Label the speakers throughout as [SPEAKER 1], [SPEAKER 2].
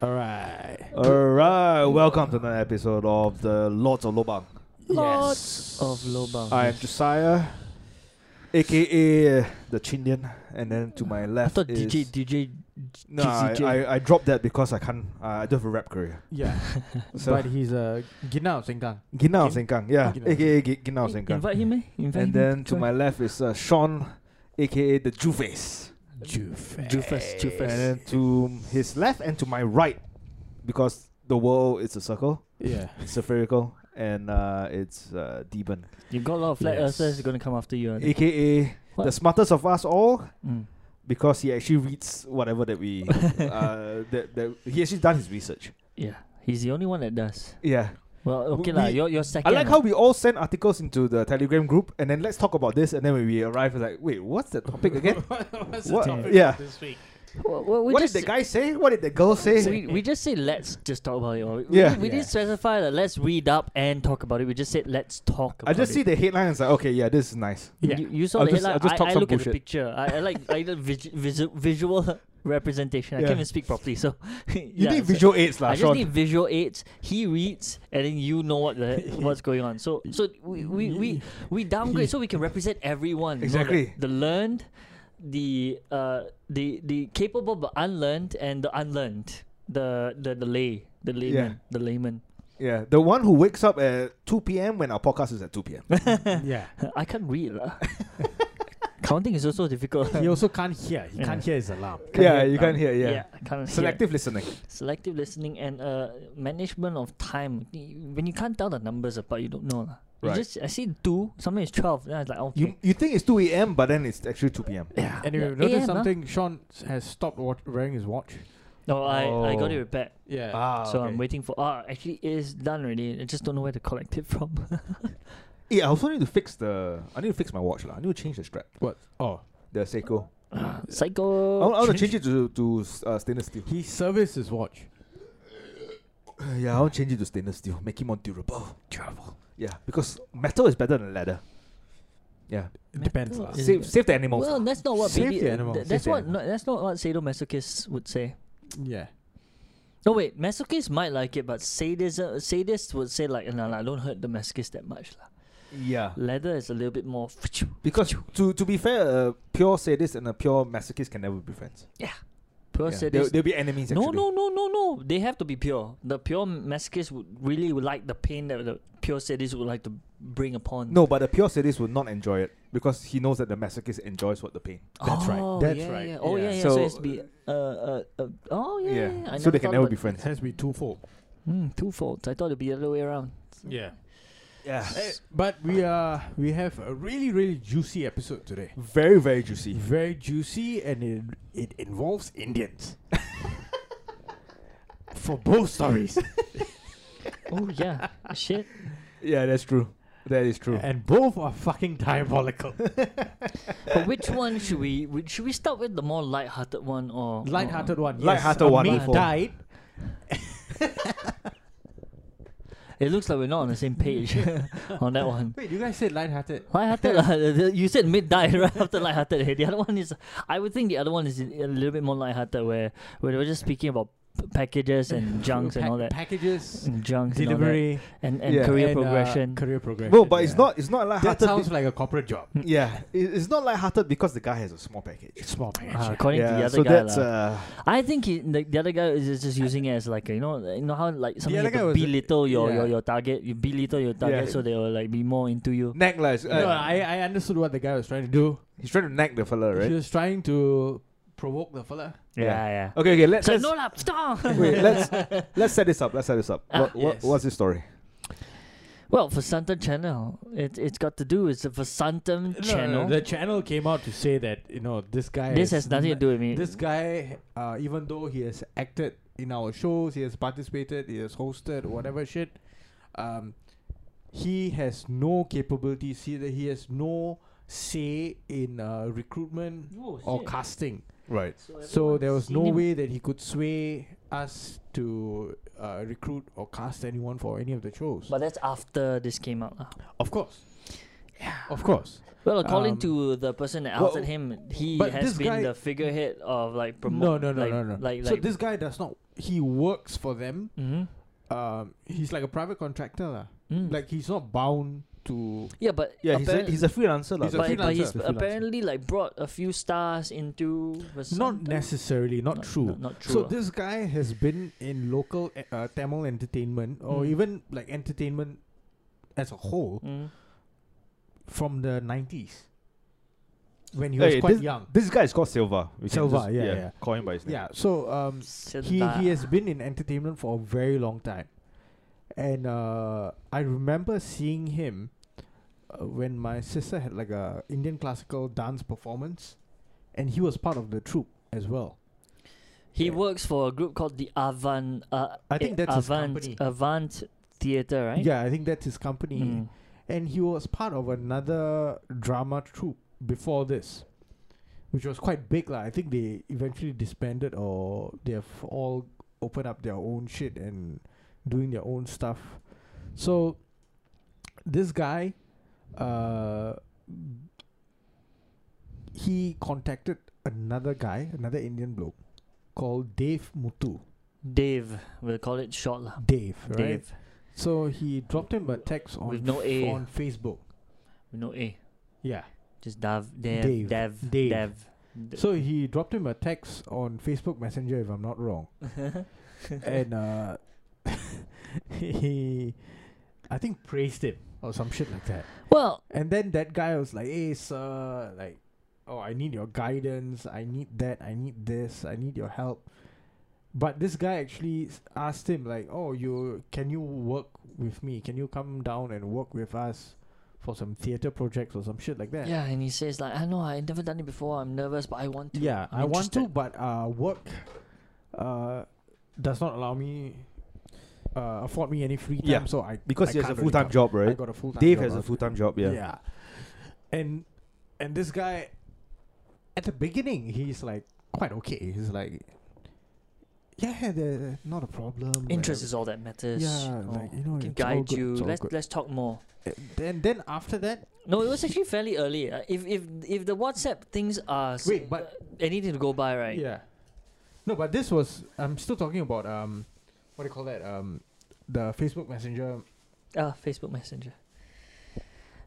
[SPEAKER 1] All right.
[SPEAKER 2] All right, welcome to another episode of the Lords of Lobang.
[SPEAKER 1] Lots of lobang.
[SPEAKER 2] I am Josiah, aka the Chindian, and then to my
[SPEAKER 3] I
[SPEAKER 2] left
[SPEAKER 3] thought
[SPEAKER 2] is
[SPEAKER 3] DJ DJ.
[SPEAKER 2] no, I,
[SPEAKER 3] TCJ.
[SPEAKER 2] I, I dropped that because I can't. Uh, I don't have a rap career.
[SPEAKER 1] Yeah,
[SPEAKER 2] So
[SPEAKER 1] but he's a Ginao Sengkang.
[SPEAKER 2] Ginao Sengkang, yeah,
[SPEAKER 1] Ginao
[SPEAKER 2] aka Gi- Ginao
[SPEAKER 3] In-
[SPEAKER 2] Sengkang.
[SPEAKER 3] Invite him, eh? Invite
[SPEAKER 2] And
[SPEAKER 3] him.
[SPEAKER 2] then to
[SPEAKER 3] Try.
[SPEAKER 2] my left is uh, Sean, aka the Juface.
[SPEAKER 1] Juve.
[SPEAKER 3] Jufas,
[SPEAKER 2] And
[SPEAKER 3] Jufas.
[SPEAKER 2] then to his left and to my right, because the world is a circle,
[SPEAKER 1] Yeah.
[SPEAKER 2] it's spherical, and uh, it's uh, Deben,
[SPEAKER 3] You got a lot of flat
[SPEAKER 1] Yes.
[SPEAKER 3] earthers going to come after you. aren't they?
[SPEAKER 2] aka the
[SPEAKER 3] What?
[SPEAKER 2] smartest of us all,
[SPEAKER 3] Mm.
[SPEAKER 2] because he actually reads whatever that we uh that, that he actually done his research.
[SPEAKER 3] Yeah, he's the only one that does.
[SPEAKER 2] Yeah.
[SPEAKER 3] Well, okay
[SPEAKER 2] We-
[SPEAKER 3] lah. You're you're second.
[SPEAKER 2] I like how
[SPEAKER 3] ah.
[SPEAKER 2] we all send articles into the Telegram group and then let's talk about this and then when we arrive it's like, wait, what's the topic again?
[SPEAKER 4] What's
[SPEAKER 2] What-
[SPEAKER 4] the topic
[SPEAKER 2] yeah.
[SPEAKER 4] this week?
[SPEAKER 3] Well, well, we
[SPEAKER 2] what did
[SPEAKER 3] just
[SPEAKER 2] the guy say? What did the girl say?
[SPEAKER 3] We, we just say let's just talk about it. Or we,
[SPEAKER 2] Yeah.
[SPEAKER 3] we, we
[SPEAKER 1] Yeah.
[SPEAKER 3] didn't specify that let's read up and talk about it. We just said let's talk. About
[SPEAKER 2] I just
[SPEAKER 3] it.
[SPEAKER 2] see the headline and it's like, okay, yeah, this is nice.
[SPEAKER 1] Yeah.
[SPEAKER 3] You, you saw
[SPEAKER 2] I'll
[SPEAKER 3] the
[SPEAKER 2] just-
[SPEAKER 3] headline.
[SPEAKER 2] I'll just
[SPEAKER 3] I,
[SPEAKER 2] talk
[SPEAKER 3] I
[SPEAKER 2] some
[SPEAKER 3] look at the
[SPEAKER 2] bullshit.
[SPEAKER 3] picture. I, I like I like vis- visu- visual representation. I
[SPEAKER 2] Yeah.
[SPEAKER 3] can't even speak properly. So you
[SPEAKER 2] You need visual aids, lah,
[SPEAKER 3] I just
[SPEAKER 2] Sean.
[SPEAKER 3] need visual aids. He reads, and then you know what the what's going on. So so we we we, we downgrade so we can represent everyone. you know, like
[SPEAKER 2] Exactly.
[SPEAKER 3] the learned, the uh the the capable but unlearned, and the unlearned. The the the lay the layman the layman.
[SPEAKER 2] yeah. The one who wakes up at two PM when our podcast is at two PM.
[SPEAKER 1] yeah.
[SPEAKER 3] I can't read lah. Counting is also difficult.
[SPEAKER 1] He also can't hear. He can't
[SPEAKER 3] Yeah.
[SPEAKER 1] hear his alarm.
[SPEAKER 2] yeah, you
[SPEAKER 3] um,
[SPEAKER 2] can't hear, yeah.
[SPEAKER 3] I can't hear.
[SPEAKER 2] Selective listening.
[SPEAKER 3] selective listening and uh, management of time. Y- When you can't tell the numbers apart, you don't know. lah. You
[SPEAKER 2] Right.
[SPEAKER 3] just I see two, something is twelve. Then I was like, okay.
[SPEAKER 2] You you think it's two AM but then it's actually two PM.
[SPEAKER 3] yeah.
[SPEAKER 1] Anyway,
[SPEAKER 3] yeah.
[SPEAKER 1] notice
[SPEAKER 3] AM, ah.
[SPEAKER 1] something. Sean has stopped wat- wearing his watch.
[SPEAKER 3] No, I, I got it
[SPEAKER 2] Oh.
[SPEAKER 3] repaired.
[SPEAKER 1] Yeah.
[SPEAKER 2] Ah,
[SPEAKER 3] so
[SPEAKER 2] okay.
[SPEAKER 3] I'm waiting for. Ah, actually, it is done already. I just don't know where to collect it from.
[SPEAKER 2] Yeah, Eh, I also need to fix the. I need to fix my watch lah. I need to change the strap.
[SPEAKER 1] What? Oh,
[SPEAKER 2] The Seiko. I
[SPEAKER 3] Ah, Psycho.
[SPEAKER 2] want, I want to Oh, change it to to uh, stainless steel.
[SPEAKER 1] he serviced his watch.
[SPEAKER 2] yeah, I want to change it to stainless steel. Make it more durable. Durable. Yeah, because metal is better than leather. Yeah,
[SPEAKER 1] It depends
[SPEAKER 3] Metal
[SPEAKER 1] lah.
[SPEAKER 3] Is
[SPEAKER 2] save
[SPEAKER 3] it-
[SPEAKER 2] save the animals.
[SPEAKER 3] Well,
[SPEAKER 2] lah.
[SPEAKER 3] that's not what
[SPEAKER 1] Save
[SPEAKER 3] baby.
[SPEAKER 1] the
[SPEAKER 3] uh,
[SPEAKER 1] animal,
[SPEAKER 3] th-
[SPEAKER 1] save
[SPEAKER 3] that's
[SPEAKER 1] the
[SPEAKER 3] what.
[SPEAKER 1] animal.
[SPEAKER 3] No, that's not what sadomasochists would say.
[SPEAKER 1] Yeah.
[SPEAKER 3] No wait, masochists might like it, but sadism, sadists would say like, nah, nah, don't hurt the masochist that much lah.
[SPEAKER 2] yeah,
[SPEAKER 3] Leather is a little bit more.
[SPEAKER 2] because to to be fair, a pure sadist and a pure masochist can never be friends.
[SPEAKER 3] Pure
[SPEAKER 2] Yeah, They'll,
[SPEAKER 3] sadist.
[SPEAKER 2] they'll be enemies.
[SPEAKER 3] No,
[SPEAKER 2] actually.
[SPEAKER 3] no, no, no, no. They have to be pure. The pure masochists would really would like the pain that the pure sadist would like to bring upon.
[SPEAKER 2] No, but the pure sadist will not enjoy it because he knows that the masochist enjoys what the pain.
[SPEAKER 1] that's right,
[SPEAKER 3] Oh,
[SPEAKER 1] that's
[SPEAKER 3] yeah,
[SPEAKER 1] right,
[SPEAKER 3] yeah. Oh, yeah,
[SPEAKER 1] yeah.
[SPEAKER 3] yeah. So,
[SPEAKER 2] So,
[SPEAKER 3] it's be uh, uh, uh oh yeah. yeah. yeah. I
[SPEAKER 2] so they can never
[SPEAKER 3] thought about-
[SPEAKER 2] be friends.
[SPEAKER 1] has to be twofold.
[SPEAKER 3] Hmm, twofold. I thought it'd be the other way around.
[SPEAKER 1] Yeah.
[SPEAKER 2] Yeah,
[SPEAKER 1] Eh, But we are we have a really really juicy episode today.
[SPEAKER 2] very very juicy.
[SPEAKER 1] Very juicy and it it involves Indians. For both stories.
[SPEAKER 3] Oh yeah, shit.
[SPEAKER 2] Yeah, that's true. That is true.
[SPEAKER 1] And both are fucking diabolical.
[SPEAKER 3] But which one should we? we- Should we start with the more light-hearted one or or-
[SPEAKER 1] Light-hearted one. Yes.
[SPEAKER 2] Light-hearted
[SPEAKER 1] a
[SPEAKER 2] one,
[SPEAKER 1] maid
[SPEAKER 2] light-hearted.
[SPEAKER 1] died.
[SPEAKER 3] It looks like we're not on the same page on that one.
[SPEAKER 1] Wait, you guys said light-hearted.
[SPEAKER 3] Lighthearted, lah. The- the- you said mid die right after lighthearted. eh? The other one is, I would think the other one is a little bit more lighthearted, where where they were just speaking about p- packages and junks and
[SPEAKER 1] Pack-
[SPEAKER 3] all that,
[SPEAKER 1] Packages,
[SPEAKER 3] and junks
[SPEAKER 1] delivery,
[SPEAKER 3] and all that. and and
[SPEAKER 2] Yeah.
[SPEAKER 3] career
[SPEAKER 1] and, uh,
[SPEAKER 3] progression.
[SPEAKER 1] career progression.
[SPEAKER 2] No, but it's
[SPEAKER 1] yeah.
[SPEAKER 2] not. It's not like
[SPEAKER 1] That
[SPEAKER 2] hearted.
[SPEAKER 1] sounds like a corporate job.
[SPEAKER 2] yeah, it- it's not light-hearted because the guy has a small package.
[SPEAKER 1] Small package.
[SPEAKER 3] Ah,
[SPEAKER 1] yeah.
[SPEAKER 3] according to the
[SPEAKER 2] yeah,
[SPEAKER 3] other
[SPEAKER 2] so
[SPEAKER 3] guy,
[SPEAKER 2] that's
[SPEAKER 3] lah.
[SPEAKER 2] uh,
[SPEAKER 3] I think he, the, the other guy is just using it as like a, you know you know how like something
[SPEAKER 1] other
[SPEAKER 3] you
[SPEAKER 1] guy
[SPEAKER 3] have to
[SPEAKER 1] was-
[SPEAKER 3] belittle your, your
[SPEAKER 1] yeah.
[SPEAKER 3] your target, you belittle your target, so they will like be more into you.
[SPEAKER 2] nag lah. it's, uh,
[SPEAKER 1] no, I, I understood what the guy was trying to do.
[SPEAKER 2] he's trying to nag the fella,
[SPEAKER 1] He
[SPEAKER 2] right?
[SPEAKER 1] was trying to provoke the fella.
[SPEAKER 3] Yeah,
[SPEAKER 2] Yeah.
[SPEAKER 3] yeah.
[SPEAKER 2] Okay, okay. Let's
[SPEAKER 3] So
[SPEAKER 2] let's,
[SPEAKER 3] no lah, stop.
[SPEAKER 2] wait, let's let's set this up. Let's set this up.
[SPEAKER 3] Ah,
[SPEAKER 2] what, what,
[SPEAKER 1] yes.
[SPEAKER 2] What's this story?
[SPEAKER 3] Well, for Santam Channel, it it's got to do with the for Santam
[SPEAKER 1] No, no,
[SPEAKER 3] Channel.
[SPEAKER 1] the channel came out to say that you know this guy.
[SPEAKER 3] this
[SPEAKER 1] is
[SPEAKER 3] has nothing to do with me.
[SPEAKER 1] This guy, uh, even though he has acted in our shows, he has participated, he has hosted
[SPEAKER 3] Mm-hmm.
[SPEAKER 1] whatever shit. Um, he has no capabilities. He he has no say in uh, recruitment
[SPEAKER 3] Oh,
[SPEAKER 1] or
[SPEAKER 3] shit.
[SPEAKER 1] casting.
[SPEAKER 2] Right.
[SPEAKER 1] So there was
[SPEAKER 3] seen
[SPEAKER 1] no
[SPEAKER 3] him.
[SPEAKER 1] way that he could sway us to uh, recruit or cast anyone for any of the shows.
[SPEAKER 3] But that's after this came out. lah.
[SPEAKER 1] Of course. Of course.
[SPEAKER 3] Well, according
[SPEAKER 1] Um,
[SPEAKER 3] to the person that
[SPEAKER 1] well,
[SPEAKER 3] outed him, he
[SPEAKER 1] but this
[SPEAKER 3] has been
[SPEAKER 1] guy-
[SPEAKER 3] the figurehead of like
[SPEAKER 1] no,
[SPEAKER 3] promote.
[SPEAKER 1] no, no,
[SPEAKER 3] like,
[SPEAKER 1] no, no.
[SPEAKER 3] Like,
[SPEAKER 1] so
[SPEAKER 3] like,
[SPEAKER 1] this guy does not. He works for them.
[SPEAKER 3] hmm
[SPEAKER 1] Um, he's like a private contractor, lah.
[SPEAKER 3] Mm.
[SPEAKER 1] Like he's not bound to.
[SPEAKER 3] yeah, but
[SPEAKER 2] Yeah, he's a,
[SPEAKER 3] apparent-
[SPEAKER 2] he's a freelancer. lah,
[SPEAKER 1] He's a
[SPEAKER 3] but,
[SPEAKER 2] but-
[SPEAKER 3] but
[SPEAKER 1] freelancer,
[SPEAKER 3] he's
[SPEAKER 2] a freelancer.
[SPEAKER 3] apparently like brought a few stars into
[SPEAKER 1] Not
[SPEAKER 3] the something.
[SPEAKER 1] necessarily, not, true.
[SPEAKER 3] Not, not true.
[SPEAKER 1] so
[SPEAKER 3] ah.
[SPEAKER 1] this guy has been in local uh, uh, Tamil entertainment or
[SPEAKER 3] Mm.
[SPEAKER 1] even like entertainment as a whole
[SPEAKER 3] Mm.
[SPEAKER 1] from the nineties when he was
[SPEAKER 2] Hey,
[SPEAKER 1] quite
[SPEAKER 2] this,
[SPEAKER 1] young.
[SPEAKER 2] this guy is called Silva. We can
[SPEAKER 1] Silva,
[SPEAKER 2] just,
[SPEAKER 1] yeah, yeah.
[SPEAKER 2] Call him by his name.
[SPEAKER 1] Yeah, so um, he
[SPEAKER 3] Sedap.
[SPEAKER 1] he has been in entertainment for a very long time, and uh, I remember seeing him uh, when my sister had like a Indian classical dance performance, and he was part of the troupe as well.
[SPEAKER 3] He
[SPEAKER 1] Yeah.
[SPEAKER 3] works for a group called the Avant. Uh,
[SPEAKER 1] I think
[SPEAKER 3] eh,
[SPEAKER 1] that's his
[SPEAKER 3] Avant
[SPEAKER 1] company.
[SPEAKER 3] Avant Theater, right?
[SPEAKER 1] Yeah, I think that's his company,
[SPEAKER 3] Mm.
[SPEAKER 1] and he was part of another drama troupe before this. Which was quite big, lah. I think they eventually disbanded, or they have all opened up their own shit and doing their own stuff. So this guy, uh, he contacted another guy, another Indian bloke called Dave Mutu.
[SPEAKER 3] Dave, we'll call it short lah.
[SPEAKER 1] Dave, right?
[SPEAKER 3] Dave,
[SPEAKER 1] So he dropped him a text on
[SPEAKER 3] With no A.
[SPEAKER 1] on Facebook.
[SPEAKER 3] no A,
[SPEAKER 1] Yeah.
[SPEAKER 3] just Dav, Dev,
[SPEAKER 1] Dave.
[SPEAKER 3] Dev,
[SPEAKER 1] Dave.
[SPEAKER 3] Dev. D-
[SPEAKER 1] So he dropped him a text on Facebook Messenger, if I'm not wrong, and uh, he, I think, praised him or some shit like that.
[SPEAKER 3] well,
[SPEAKER 1] And then that guy was like, "Hey, sir, like, oh, I need your guidance. I need that. I need this. I need your help." But this guy actually s- asked him, like, "Oh, you can you work with me? Can you come down and work with us for some theater projects or some shit like that?"
[SPEAKER 3] yeah, and he says like, I know I never done it before. I'm nervous, but I want to.
[SPEAKER 1] Yeah,
[SPEAKER 3] I'm
[SPEAKER 1] I want to,
[SPEAKER 3] interested."
[SPEAKER 1] but uh, work uh, does not allow me uh, afford me any free time.
[SPEAKER 2] Yeah,
[SPEAKER 1] so I
[SPEAKER 2] Because
[SPEAKER 1] I
[SPEAKER 2] he has a
[SPEAKER 1] can't
[SPEAKER 2] full
[SPEAKER 1] really
[SPEAKER 2] time
[SPEAKER 1] come.
[SPEAKER 2] job,
[SPEAKER 1] I
[SPEAKER 2] right?
[SPEAKER 1] got a full time.
[SPEAKER 2] Dave has a full time job, yeah.
[SPEAKER 1] and and this guy at the beginning he's like quite okay. He's like, yeah, the, not a problem. like,
[SPEAKER 3] Interest is all that matters.
[SPEAKER 1] Yeah,
[SPEAKER 3] Oh,
[SPEAKER 1] like, you know,
[SPEAKER 3] can
[SPEAKER 1] it's all
[SPEAKER 3] guide
[SPEAKER 1] good,
[SPEAKER 3] you.
[SPEAKER 1] it's all
[SPEAKER 3] Let's
[SPEAKER 1] good.
[SPEAKER 3] let's talk more.
[SPEAKER 1] uh, Then then after that,
[SPEAKER 3] No, it was actually fairly early. Uh, if if if the WhatsApp things are s-
[SPEAKER 1] Wait, but-
[SPEAKER 3] uh, anything to go by, right?
[SPEAKER 1] Yeah. No, but this was I'm still talking about um what do you call that? Um the Facebook Messenger.
[SPEAKER 3] Ah, Facebook Messenger.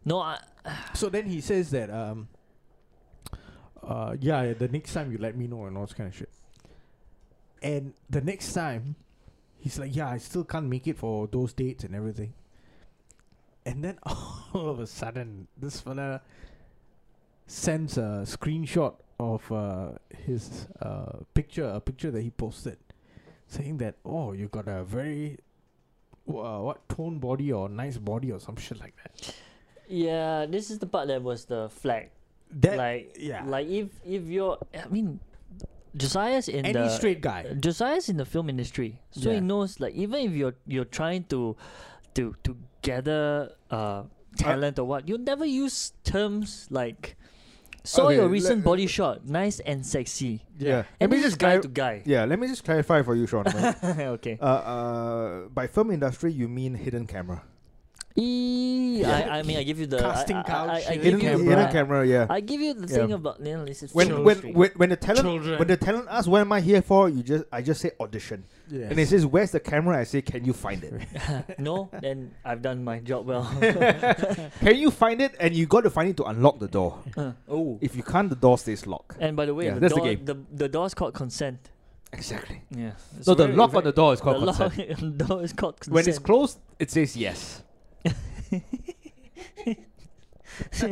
[SPEAKER 3] No, I,
[SPEAKER 1] So then he says that um uh yeah, yeah, the next time you let me know and all this kind of shit. And the next time he's like, Yeah, I still can't make it for those dates and everything. And then all of a sudden this fella sends a screenshot of uh, his uh, picture, a picture that he posted. saying that oh you got a very uh, what tone body or nice body or some shit like that.
[SPEAKER 3] yeah, this is the part that was the flag.
[SPEAKER 1] That
[SPEAKER 3] like
[SPEAKER 1] yeah,
[SPEAKER 3] like if if you're I mean Josiah's in
[SPEAKER 1] any
[SPEAKER 3] the uh,
[SPEAKER 1] straight guy.
[SPEAKER 3] Josiah's in the film industry. So he
[SPEAKER 1] Yeah.
[SPEAKER 3] knows like even if you're you're trying to to to gather uh talent or what, you'll never use terms like saw
[SPEAKER 2] Okay,
[SPEAKER 3] your
[SPEAKER 2] let-
[SPEAKER 3] recent body shot, nice and sexy.
[SPEAKER 2] Yeah. Let
[SPEAKER 3] And
[SPEAKER 2] me
[SPEAKER 3] this is
[SPEAKER 2] just
[SPEAKER 3] guy
[SPEAKER 2] clar-
[SPEAKER 3] to guy.
[SPEAKER 2] Yeah, let me just clarify for you, Sean. right?
[SPEAKER 3] okay.
[SPEAKER 2] uh, uh, by film industry, you mean hidden camera.
[SPEAKER 3] E- I, I mean I give you the
[SPEAKER 1] Casting
[SPEAKER 3] I, I,
[SPEAKER 1] couch,
[SPEAKER 3] I, I
[SPEAKER 1] hidden
[SPEAKER 3] give
[SPEAKER 2] Hidden,
[SPEAKER 3] you
[SPEAKER 1] camera.
[SPEAKER 2] hidden
[SPEAKER 3] I-
[SPEAKER 2] camera, yeah.
[SPEAKER 3] I give you the
[SPEAKER 2] Yeah.
[SPEAKER 3] thing about you know, this is
[SPEAKER 2] when,
[SPEAKER 3] film
[SPEAKER 2] when,
[SPEAKER 3] industry.
[SPEAKER 2] when when the talent
[SPEAKER 1] Children.
[SPEAKER 2] when the talent asks what am I here for, you just I just say audition,
[SPEAKER 1] Yes.
[SPEAKER 2] and it says where's the camera? I say can you find it?
[SPEAKER 3] no, then I've done my job well.
[SPEAKER 2] can you find it? And you got to find it to unlock the door.
[SPEAKER 3] Uh, oh,
[SPEAKER 2] If you can't, the door stays locked.
[SPEAKER 3] And by the way,
[SPEAKER 2] Yeah,
[SPEAKER 3] the,
[SPEAKER 2] that's the
[SPEAKER 3] door,
[SPEAKER 2] game.
[SPEAKER 3] the the door's called consent.
[SPEAKER 2] Exactly.
[SPEAKER 3] Yeah. It's
[SPEAKER 2] So the
[SPEAKER 3] very-
[SPEAKER 2] lock
[SPEAKER 3] very-
[SPEAKER 2] on the door is
[SPEAKER 3] the
[SPEAKER 2] called
[SPEAKER 3] lock
[SPEAKER 2] consent.
[SPEAKER 3] on the door is called consent.
[SPEAKER 2] When it's closed, it says yes.
[SPEAKER 3] so,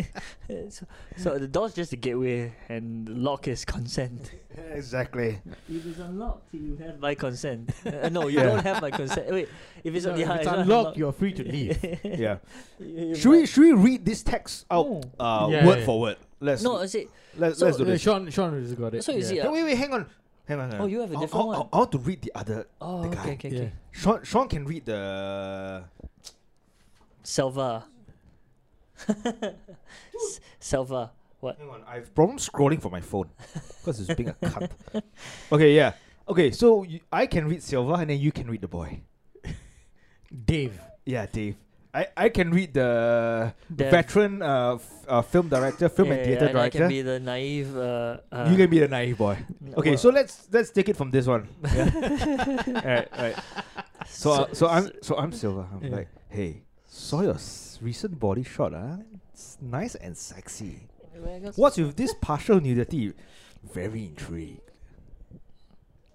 [SPEAKER 3] so the door's just a gateway, and the lock is consent.
[SPEAKER 2] Exactly.
[SPEAKER 3] If it's unlocked, you have my consent. Uh, no, you
[SPEAKER 2] Yeah.
[SPEAKER 3] don't have my consent. Wait, if it's,
[SPEAKER 1] No,
[SPEAKER 3] yeah,
[SPEAKER 1] if it's
[SPEAKER 3] not
[SPEAKER 1] unlocked, you're free to leave.
[SPEAKER 2] Yeah.
[SPEAKER 3] You- you
[SPEAKER 2] Should we
[SPEAKER 3] might-
[SPEAKER 2] should we read this text out
[SPEAKER 3] No.
[SPEAKER 2] uh,
[SPEAKER 1] Yeah,
[SPEAKER 2] word
[SPEAKER 1] yeah.
[SPEAKER 2] for word? Let's
[SPEAKER 3] Oh. No, I say.
[SPEAKER 2] let's,
[SPEAKER 3] so-
[SPEAKER 2] let's do
[SPEAKER 1] Uh,
[SPEAKER 2] this.
[SPEAKER 1] Sean Sean has got it.
[SPEAKER 3] So you see,
[SPEAKER 2] No, wait, wait, hang on, hang on. hang
[SPEAKER 3] Oh,
[SPEAKER 2] on.
[SPEAKER 3] you have a
[SPEAKER 2] I-
[SPEAKER 3] different
[SPEAKER 2] I- I-
[SPEAKER 3] one.
[SPEAKER 2] I want to read the other.
[SPEAKER 3] Oh,
[SPEAKER 2] the
[SPEAKER 3] okay,
[SPEAKER 2] guy.
[SPEAKER 3] okay, okay.
[SPEAKER 1] Yeah.
[SPEAKER 2] Sean Sean can read the.
[SPEAKER 3] Selva. S- Selva.
[SPEAKER 2] Hang on, I have problem scrolling for my phone because it's being a cunt. Okay, yeah. Okay, so you, I can read Silva and then you can read the boy.
[SPEAKER 1] Dave.
[SPEAKER 2] Yeah, Dave. I, I can read the
[SPEAKER 3] The-
[SPEAKER 2] veteran uh, f- uh, film director, film and
[SPEAKER 3] Yeah,
[SPEAKER 2] theater
[SPEAKER 3] and I
[SPEAKER 2] director.
[SPEAKER 3] can be the naive. Uh, uh,
[SPEAKER 2] you can be the naive boy. Okay,
[SPEAKER 3] well,
[SPEAKER 2] so let's let's take it from this one. Yeah. all right, all right. So uh, so I'm so I'm Silva. I'm
[SPEAKER 1] Yeah.
[SPEAKER 2] like, hey, saw your s- recent body shot, ah, it's nice and sexy. What's with this partial nudity? Very intrigued.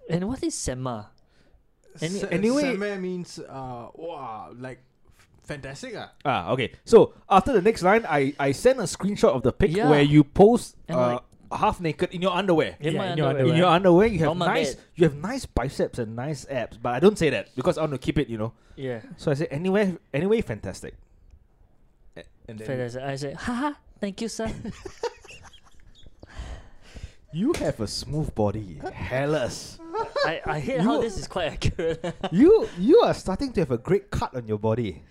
[SPEAKER 3] and what is Sema? Any-
[SPEAKER 1] Se-
[SPEAKER 2] anyway-
[SPEAKER 1] Seme means uh, wow, like f- fantastic. Ah.
[SPEAKER 2] Ah, okay. So after the next line, I I send a screenshot of the pic
[SPEAKER 3] Yeah.
[SPEAKER 2] where you post
[SPEAKER 3] And
[SPEAKER 2] uh, half naked in your underwear.
[SPEAKER 3] In
[SPEAKER 1] Yeah,
[SPEAKER 3] my
[SPEAKER 1] in your
[SPEAKER 3] underwear.
[SPEAKER 2] In your underwear, you have
[SPEAKER 3] On my
[SPEAKER 2] nice
[SPEAKER 3] bed.
[SPEAKER 2] you have nice biceps and nice abs, but I don't say that because I want to keep it, you know.
[SPEAKER 3] yeah.
[SPEAKER 2] So I say anyway, anyway, fantastic. A- And then
[SPEAKER 3] Fantastic. I say, haha, thank you, sir.
[SPEAKER 2] you have a smooth body, hellas.
[SPEAKER 3] I, I hate how
[SPEAKER 2] You-
[SPEAKER 3] this is quite accurate.
[SPEAKER 2] you you are starting to have a great cut on your body.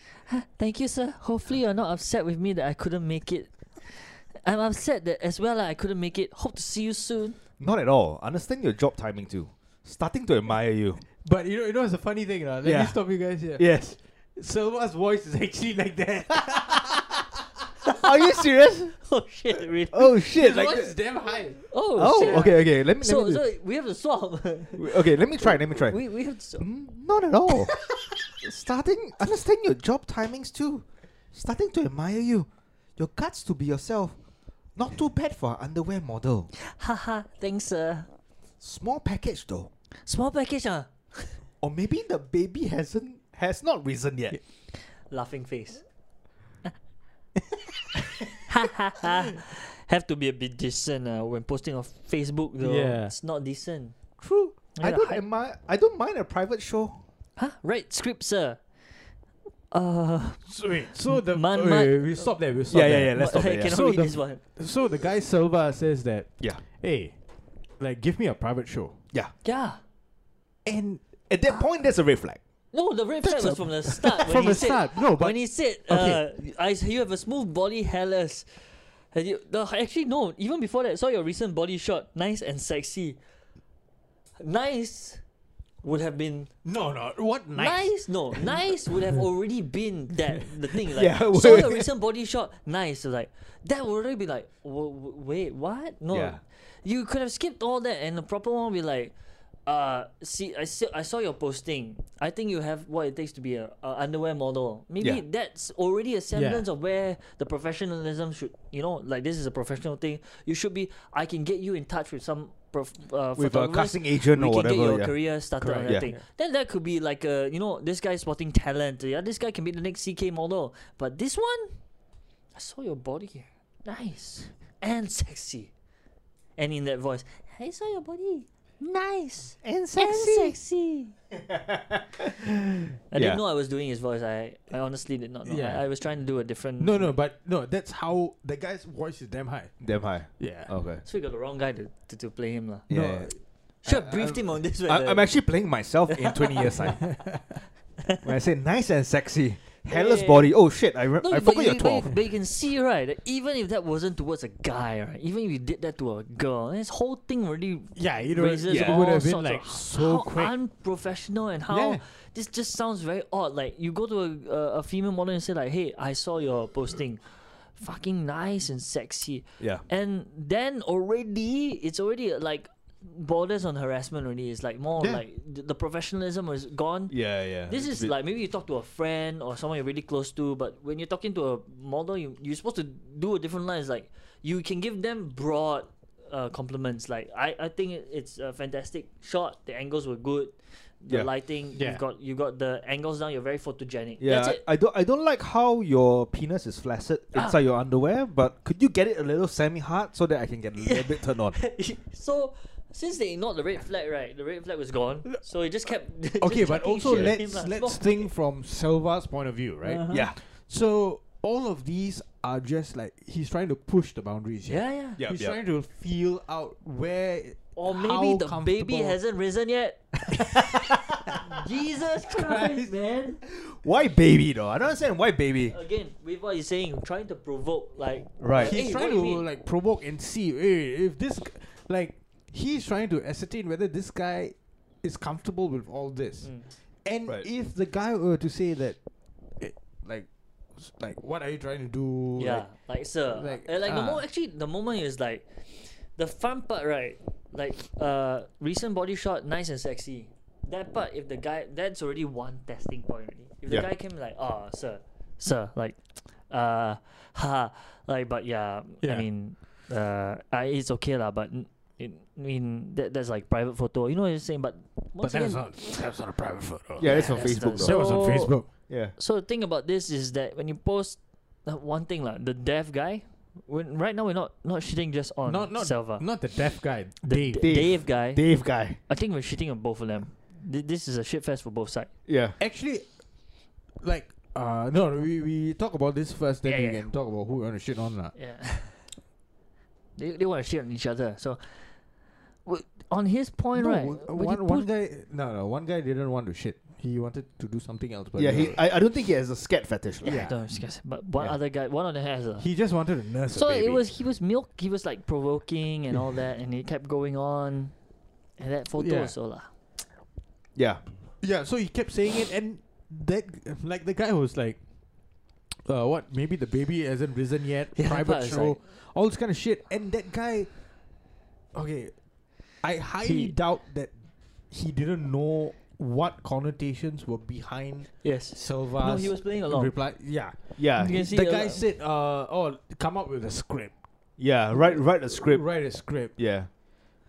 [SPEAKER 3] Thank you, sir. Hopefully, you're not upset with me that I couldn't make it. I'm upset that as well. I couldn't make it. Hope to see you soon.
[SPEAKER 2] Not at all. Understand your job timing too. Starting to admire you.
[SPEAKER 1] But you know, you know, it's a funny thing. Uh, let
[SPEAKER 2] Yeah.
[SPEAKER 1] me stop you guys here.
[SPEAKER 2] Yes.
[SPEAKER 1] Silva's voice is actually like that.
[SPEAKER 2] Are you serious?
[SPEAKER 3] Oh shit! Really?
[SPEAKER 2] Oh
[SPEAKER 1] His
[SPEAKER 2] shit! Like
[SPEAKER 1] voice
[SPEAKER 2] that.
[SPEAKER 1] is damn high.
[SPEAKER 3] Oh,
[SPEAKER 2] oh,
[SPEAKER 3] shit.
[SPEAKER 2] okay, okay. Let me.
[SPEAKER 3] So,
[SPEAKER 2] let me do-
[SPEAKER 3] so we have to swap.
[SPEAKER 2] w- okay, let me try. Let me try.
[SPEAKER 3] we we have to. Swap.
[SPEAKER 2] Mm, not at all. Starting. Understand your job timings too. Starting to admire you. Your guts to be yourself. Not too bad for an underwear model.
[SPEAKER 3] Haha, thanks, sir.
[SPEAKER 2] Small package though.
[SPEAKER 3] Small package, ah.
[SPEAKER 2] Or maybe the baby hasn't has not risen yet.
[SPEAKER 3] Laughing face. have to be a bit decent uh, when posting on Facebook though.
[SPEAKER 1] Yeah.
[SPEAKER 3] It's not decent.
[SPEAKER 2] True. I
[SPEAKER 3] Yeah,
[SPEAKER 2] don't
[SPEAKER 3] I-
[SPEAKER 2] admire. I don't mind a private show.
[SPEAKER 3] Huh? Right, script sir. Uh
[SPEAKER 1] So wait, so the
[SPEAKER 3] Man-
[SPEAKER 1] wait,
[SPEAKER 3] man-
[SPEAKER 1] wait, we stop there. We stop
[SPEAKER 2] Yeah, yeah,
[SPEAKER 1] there.
[SPEAKER 2] yeah, let's
[SPEAKER 3] what-
[SPEAKER 2] stop it,
[SPEAKER 3] I
[SPEAKER 2] yeah.
[SPEAKER 3] cannot
[SPEAKER 1] So
[SPEAKER 3] read
[SPEAKER 1] the-
[SPEAKER 3] this one.
[SPEAKER 1] So the guy Silva says that,
[SPEAKER 2] Yeah.
[SPEAKER 1] hey, like give me a private show.
[SPEAKER 2] Yeah.
[SPEAKER 3] Yeah.
[SPEAKER 1] And
[SPEAKER 2] At that point, that's a red flag.
[SPEAKER 3] No, the red flag
[SPEAKER 1] That's
[SPEAKER 3] was
[SPEAKER 1] a-
[SPEAKER 3] from the start. when
[SPEAKER 1] From
[SPEAKER 3] he
[SPEAKER 1] the
[SPEAKER 3] said,
[SPEAKER 1] start, no, but-
[SPEAKER 3] when he said, uh,
[SPEAKER 1] Okay.
[SPEAKER 3] "I s- you have a smooth body, hellas." Have you, the, actually, no. Even before that, saw your recent body shot, nice and sexy. Nice would have been
[SPEAKER 1] no, no, what
[SPEAKER 3] nice. no, nice would have already been that the thing. Like,
[SPEAKER 2] Yeah,
[SPEAKER 3] saw
[SPEAKER 2] wait.
[SPEAKER 3] your recent body shot, nice. Like that would already be like, w- w- wait, what? No,
[SPEAKER 2] Yeah.
[SPEAKER 3] you could have skipped all that, and the proper one would be like, uh, see, I see, I saw your posting. I think you have what it takes to be a, a underwear model. Maybe
[SPEAKER 2] Yeah.
[SPEAKER 3] that's already a semblance of where the professionalism should, you know, like this is a professional thing. You should be. I can get you in touch with some. Prof, uh,
[SPEAKER 2] With a
[SPEAKER 3] photographers.
[SPEAKER 2] casting agent
[SPEAKER 3] we
[SPEAKER 2] or
[SPEAKER 3] can
[SPEAKER 2] whatever.
[SPEAKER 3] get your
[SPEAKER 2] yeah.
[SPEAKER 3] career started
[SPEAKER 1] Correct.
[SPEAKER 3] on that
[SPEAKER 2] Yeah.
[SPEAKER 3] thing. Then that could be like a you know this guy's spotting talent. Yeah, this guy can be the next CK model. But this one, I saw your body here, nice and sexy, and in that voice, I saw your body, nice
[SPEAKER 2] And
[SPEAKER 3] and sexy. I
[SPEAKER 2] Yeah.
[SPEAKER 3] didn't know I was doing his voice. I, I honestly did not know.
[SPEAKER 1] Yeah.
[SPEAKER 3] I, I was trying to do a different.
[SPEAKER 1] No, no, but no, that's how the guy's voice is damn high.
[SPEAKER 2] Damn high.
[SPEAKER 1] Yeah.
[SPEAKER 2] Okay.
[SPEAKER 3] So we got the wrong guy to, to, to play him lah.
[SPEAKER 1] No,
[SPEAKER 2] Yeah.
[SPEAKER 3] Should
[SPEAKER 1] I-
[SPEAKER 3] have briefed him on this. when
[SPEAKER 2] I,
[SPEAKER 3] the-
[SPEAKER 2] I'm actually playing myself in 20 years time. when I say nice and sexy, hairless
[SPEAKER 3] Yeah.
[SPEAKER 2] body. Oh shit! I, re-
[SPEAKER 3] No,
[SPEAKER 2] I
[SPEAKER 3] but,
[SPEAKER 2] forgot
[SPEAKER 3] you,
[SPEAKER 2] you're
[SPEAKER 3] but you-
[SPEAKER 2] 12.
[SPEAKER 3] but you can see, right? That even if that wasn't towards a guy, right? Even if you did that to a girl, this whole thing really
[SPEAKER 1] Yeah, you know,
[SPEAKER 3] raises
[SPEAKER 1] it
[SPEAKER 3] all
[SPEAKER 1] would have been
[SPEAKER 3] sorts
[SPEAKER 1] like
[SPEAKER 3] of
[SPEAKER 1] so
[SPEAKER 3] how
[SPEAKER 1] quick.
[SPEAKER 3] unprofessional and how
[SPEAKER 1] Yeah.
[SPEAKER 3] this just sounds very odd. Like you go to a, a, a female model and say like, "Hey, I saw your posting, fucking nice and sexy,"
[SPEAKER 2] Yeah.
[SPEAKER 3] and then already it's already uh, like borders on harassment. Already, it's like more
[SPEAKER 1] Yeah.
[SPEAKER 3] like th- the professionalism is gone.
[SPEAKER 2] Yeah, yeah.
[SPEAKER 3] This is like maybe you talk to a friend or someone you're really close to, but when you're talking to a model, you you're supposed to do a different line. It's like you can give them broad uh, compliments. Like I, I think it- it's a fantastic shot. The angles were good. The
[SPEAKER 2] Yeah.
[SPEAKER 3] lighting,
[SPEAKER 1] Yeah.
[SPEAKER 3] you've got you got the angles down. You're very photogenic.
[SPEAKER 2] Yeah,
[SPEAKER 3] That's
[SPEAKER 2] I-
[SPEAKER 3] it.
[SPEAKER 2] I don't. I don't like how your penis is flaccid
[SPEAKER 3] Ah.
[SPEAKER 2] inside your underwear. But could you get it a little semi-hard so that I can get a little bit turned on?
[SPEAKER 3] so since they ignored the red flag, right? The red flag was gone. So it just kept. just
[SPEAKER 1] Okay, but
[SPEAKER 3] chucking
[SPEAKER 1] also
[SPEAKER 3] shit at him
[SPEAKER 1] let's
[SPEAKER 3] lah.
[SPEAKER 1] let's think from Silva's point of view, right?
[SPEAKER 3] Uh-huh.
[SPEAKER 2] Yeah,
[SPEAKER 1] So all of these are just like he's trying to push the boundaries. here.
[SPEAKER 3] Yeah, yeah.
[SPEAKER 2] Yep,
[SPEAKER 1] he's
[SPEAKER 2] yep.
[SPEAKER 1] trying to feel out where
[SPEAKER 3] Or
[SPEAKER 1] how
[SPEAKER 3] maybe the baby
[SPEAKER 1] comfortable-
[SPEAKER 3] hasn't risen yet. Jesus Christ, man.
[SPEAKER 2] Why baby though? I don't understand why baby.
[SPEAKER 3] Again, with what he's saying, trying to provoke, like.
[SPEAKER 2] Right.
[SPEAKER 1] he's
[SPEAKER 3] "Hey,
[SPEAKER 1] trying
[SPEAKER 3] what
[SPEAKER 1] to
[SPEAKER 3] do you mean?"
[SPEAKER 1] like provoke and see eh, if this g- like he's trying to ascertain whether this guy is comfortable with all this
[SPEAKER 3] Mm.
[SPEAKER 1] and
[SPEAKER 2] Right.
[SPEAKER 1] if the guy were to say that eh, like s- like what are you trying to do?
[SPEAKER 3] Yeah, like, sir,
[SPEAKER 1] like,
[SPEAKER 3] like, like the
[SPEAKER 1] ah.
[SPEAKER 3] moment actually the moment is like, the fun part, right? Like, uh, recent body shot, nice and sexy. That part, if the guy, that's already one testing point already. If the
[SPEAKER 2] Yeah.
[SPEAKER 3] guy came like, oh, sir, sir, like, uh, ha, like, but yeah,
[SPEAKER 1] Yeah.
[SPEAKER 3] I mean, uh, I, it's okay lah, but. n- It, I mean that that's like private photo. You know what I'm saying, but
[SPEAKER 1] but
[SPEAKER 3] once
[SPEAKER 1] that's not
[SPEAKER 3] again,
[SPEAKER 1] that's not a private photo.
[SPEAKER 2] Yeah, that's on
[SPEAKER 3] that's
[SPEAKER 2] Facebook.
[SPEAKER 3] the-
[SPEAKER 2] though.
[SPEAKER 1] that was on
[SPEAKER 3] So-
[SPEAKER 1] Facebook.
[SPEAKER 2] Yeah.
[SPEAKER 3] so the thing about this is that when you post uh, one thing like the deaf guy, when right now we're not not shitting just on
[SPEAKER 1] Not not
[SPEAKER 3] Selva.
[SPEAKER 1] not the deaf guy.
[SPEAKER 3] the
[SPEAKER 1] Dave.
[SPEAKER 3] D-
[SPEAKER 2] Dave.
[SPEAKER 3] Dave. guy.
[SPEAKER 2] Dave guy.
[SPEAKER 3] I think we're shitting on both of them. Th- This is a shit fest for both sides.
[SPEAKER 2] Yeah.
[SPEAKER 1] Actually, like uh no, we we talk about this first, then
[SPEAKER 3] Yeah,
[SPEAKER 1] we
[SPEAKER 3] yeah.
[SPEAKER 1] can talk about who we want to shit on lah.
[SPEAKER 3] Yeah. they they want to shit on each other. So w- on his point,
[SPEAKER 1] No,
[SPEAKER 3] right?
[SPEAKER 1] w-
[SPEAKER 3] when you
[SPEAKER 1] one, one
[SPEAKER 3] put-
[SPEAKER 1] guy no no one guy didn't want to shit. He wanted to do something else. But
[SPEAKER 2] Yeah.
[SPEAKER 1] the-
[SPEAKER 2] He. I, I don't think he has a scat fetish.
[SPEAKER 3] yeah,
[SPEAKER 2] Like.
[SPEAKER 1] yeah.
[SPEAKER 3] I don't discuss it, But one
[SPEAKER 2] Yeah.
[SPEAKER 3] other guy, one of them has a.
[SPEAKER 1] he just wanted to nurse. a
[SPEAKER 3] uh, so
[SPEAKER 1] baby.
[SPEAKER 3] it was he was milk. He was like provoking and all that, and it kept going on. And that photo
[SPEAKER 1] Yeah.
[SPEAKER 3] also lah.
[SPEAKER 2] Yeah.
[SPEAKER 1] Yeah, so he kept saying it, and that like the guy was like, uh, what? Maybe the baby hasn't risen yet.
[SPEAKER 3] Yeah, but
[SPEAKER 1] private
[SPEAKER 3] it's
[SPEAKER 1] show,
[SPEAKER 3] like-
[SPEAKER 1] all this kind of shit. And that guy, okay, I highly
[SPEAKER 3] He-
[SPEAKER 1] doubt that he didn't know what connotations were behind
[SPEAKER 3] Yes.
[SPEAKER 1] Silva's
[SPEAKER 3] no, he was playing along.
[SPEAKER 1] reply. Yeah,
[SPEAKER 2] Yeah.
[SPEAKER 3] You can see
[SPEAKER 1] the
[SPEAKER 3] a
[SPEAKER 1] guy
[SPEAKER 3] lot-
[SPEAKER 1] said, uh, "Oh, come up with a script,
[SPEAKER 2] Yeah. Write. Write a script.
[SPEAKER 1] write a script
[SPEAKER 2] Yeah.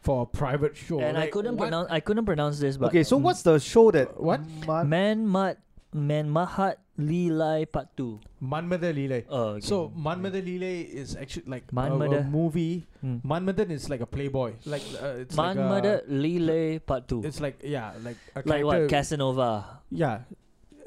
[SPEAKER 1] for a private show."
[SPEAKER 3] and I
[SPEAKER 1] Like,
[SPEAKER 3] couldn't
[SPEAKER 1] what?
[SPEAKER 3] pronounce. I couldn't pronounce this. But
[SPEAKER 2] Okay. So
[SPEAKER 3] Mm.
[SPEAKER 2] what's the show that?
[SPEAKER 1] What?
[SPEAKER 2] Man-
[SPEAKER 3] Man Mat Man Mahat Lilai Part Two.
[SPEAKER 1] Manmadha Leela.
[SPEAKER 3] Oh, okay.
[SPEAKER 1] So Manmadha Leela is actually like a- a
[SPEAKER 3] Manmadha.
[SPEAKER 1] movie
[SPEAKER 3] Mm.
[SPEAKER 1] Manmadan is like a playboy. Like uh, it's
[SPEAKER 3] Man
[SPEAKER 1] like
[SPEAKER 3] Mother Lilay Part Two.
[SPEAKER 1] a, It's like yeah, like a
[SPEAKER 3] like what?
[SPEAKER 1] character-
[SPEAKER 3] Casanova.
[SPEAKER 1] yeah,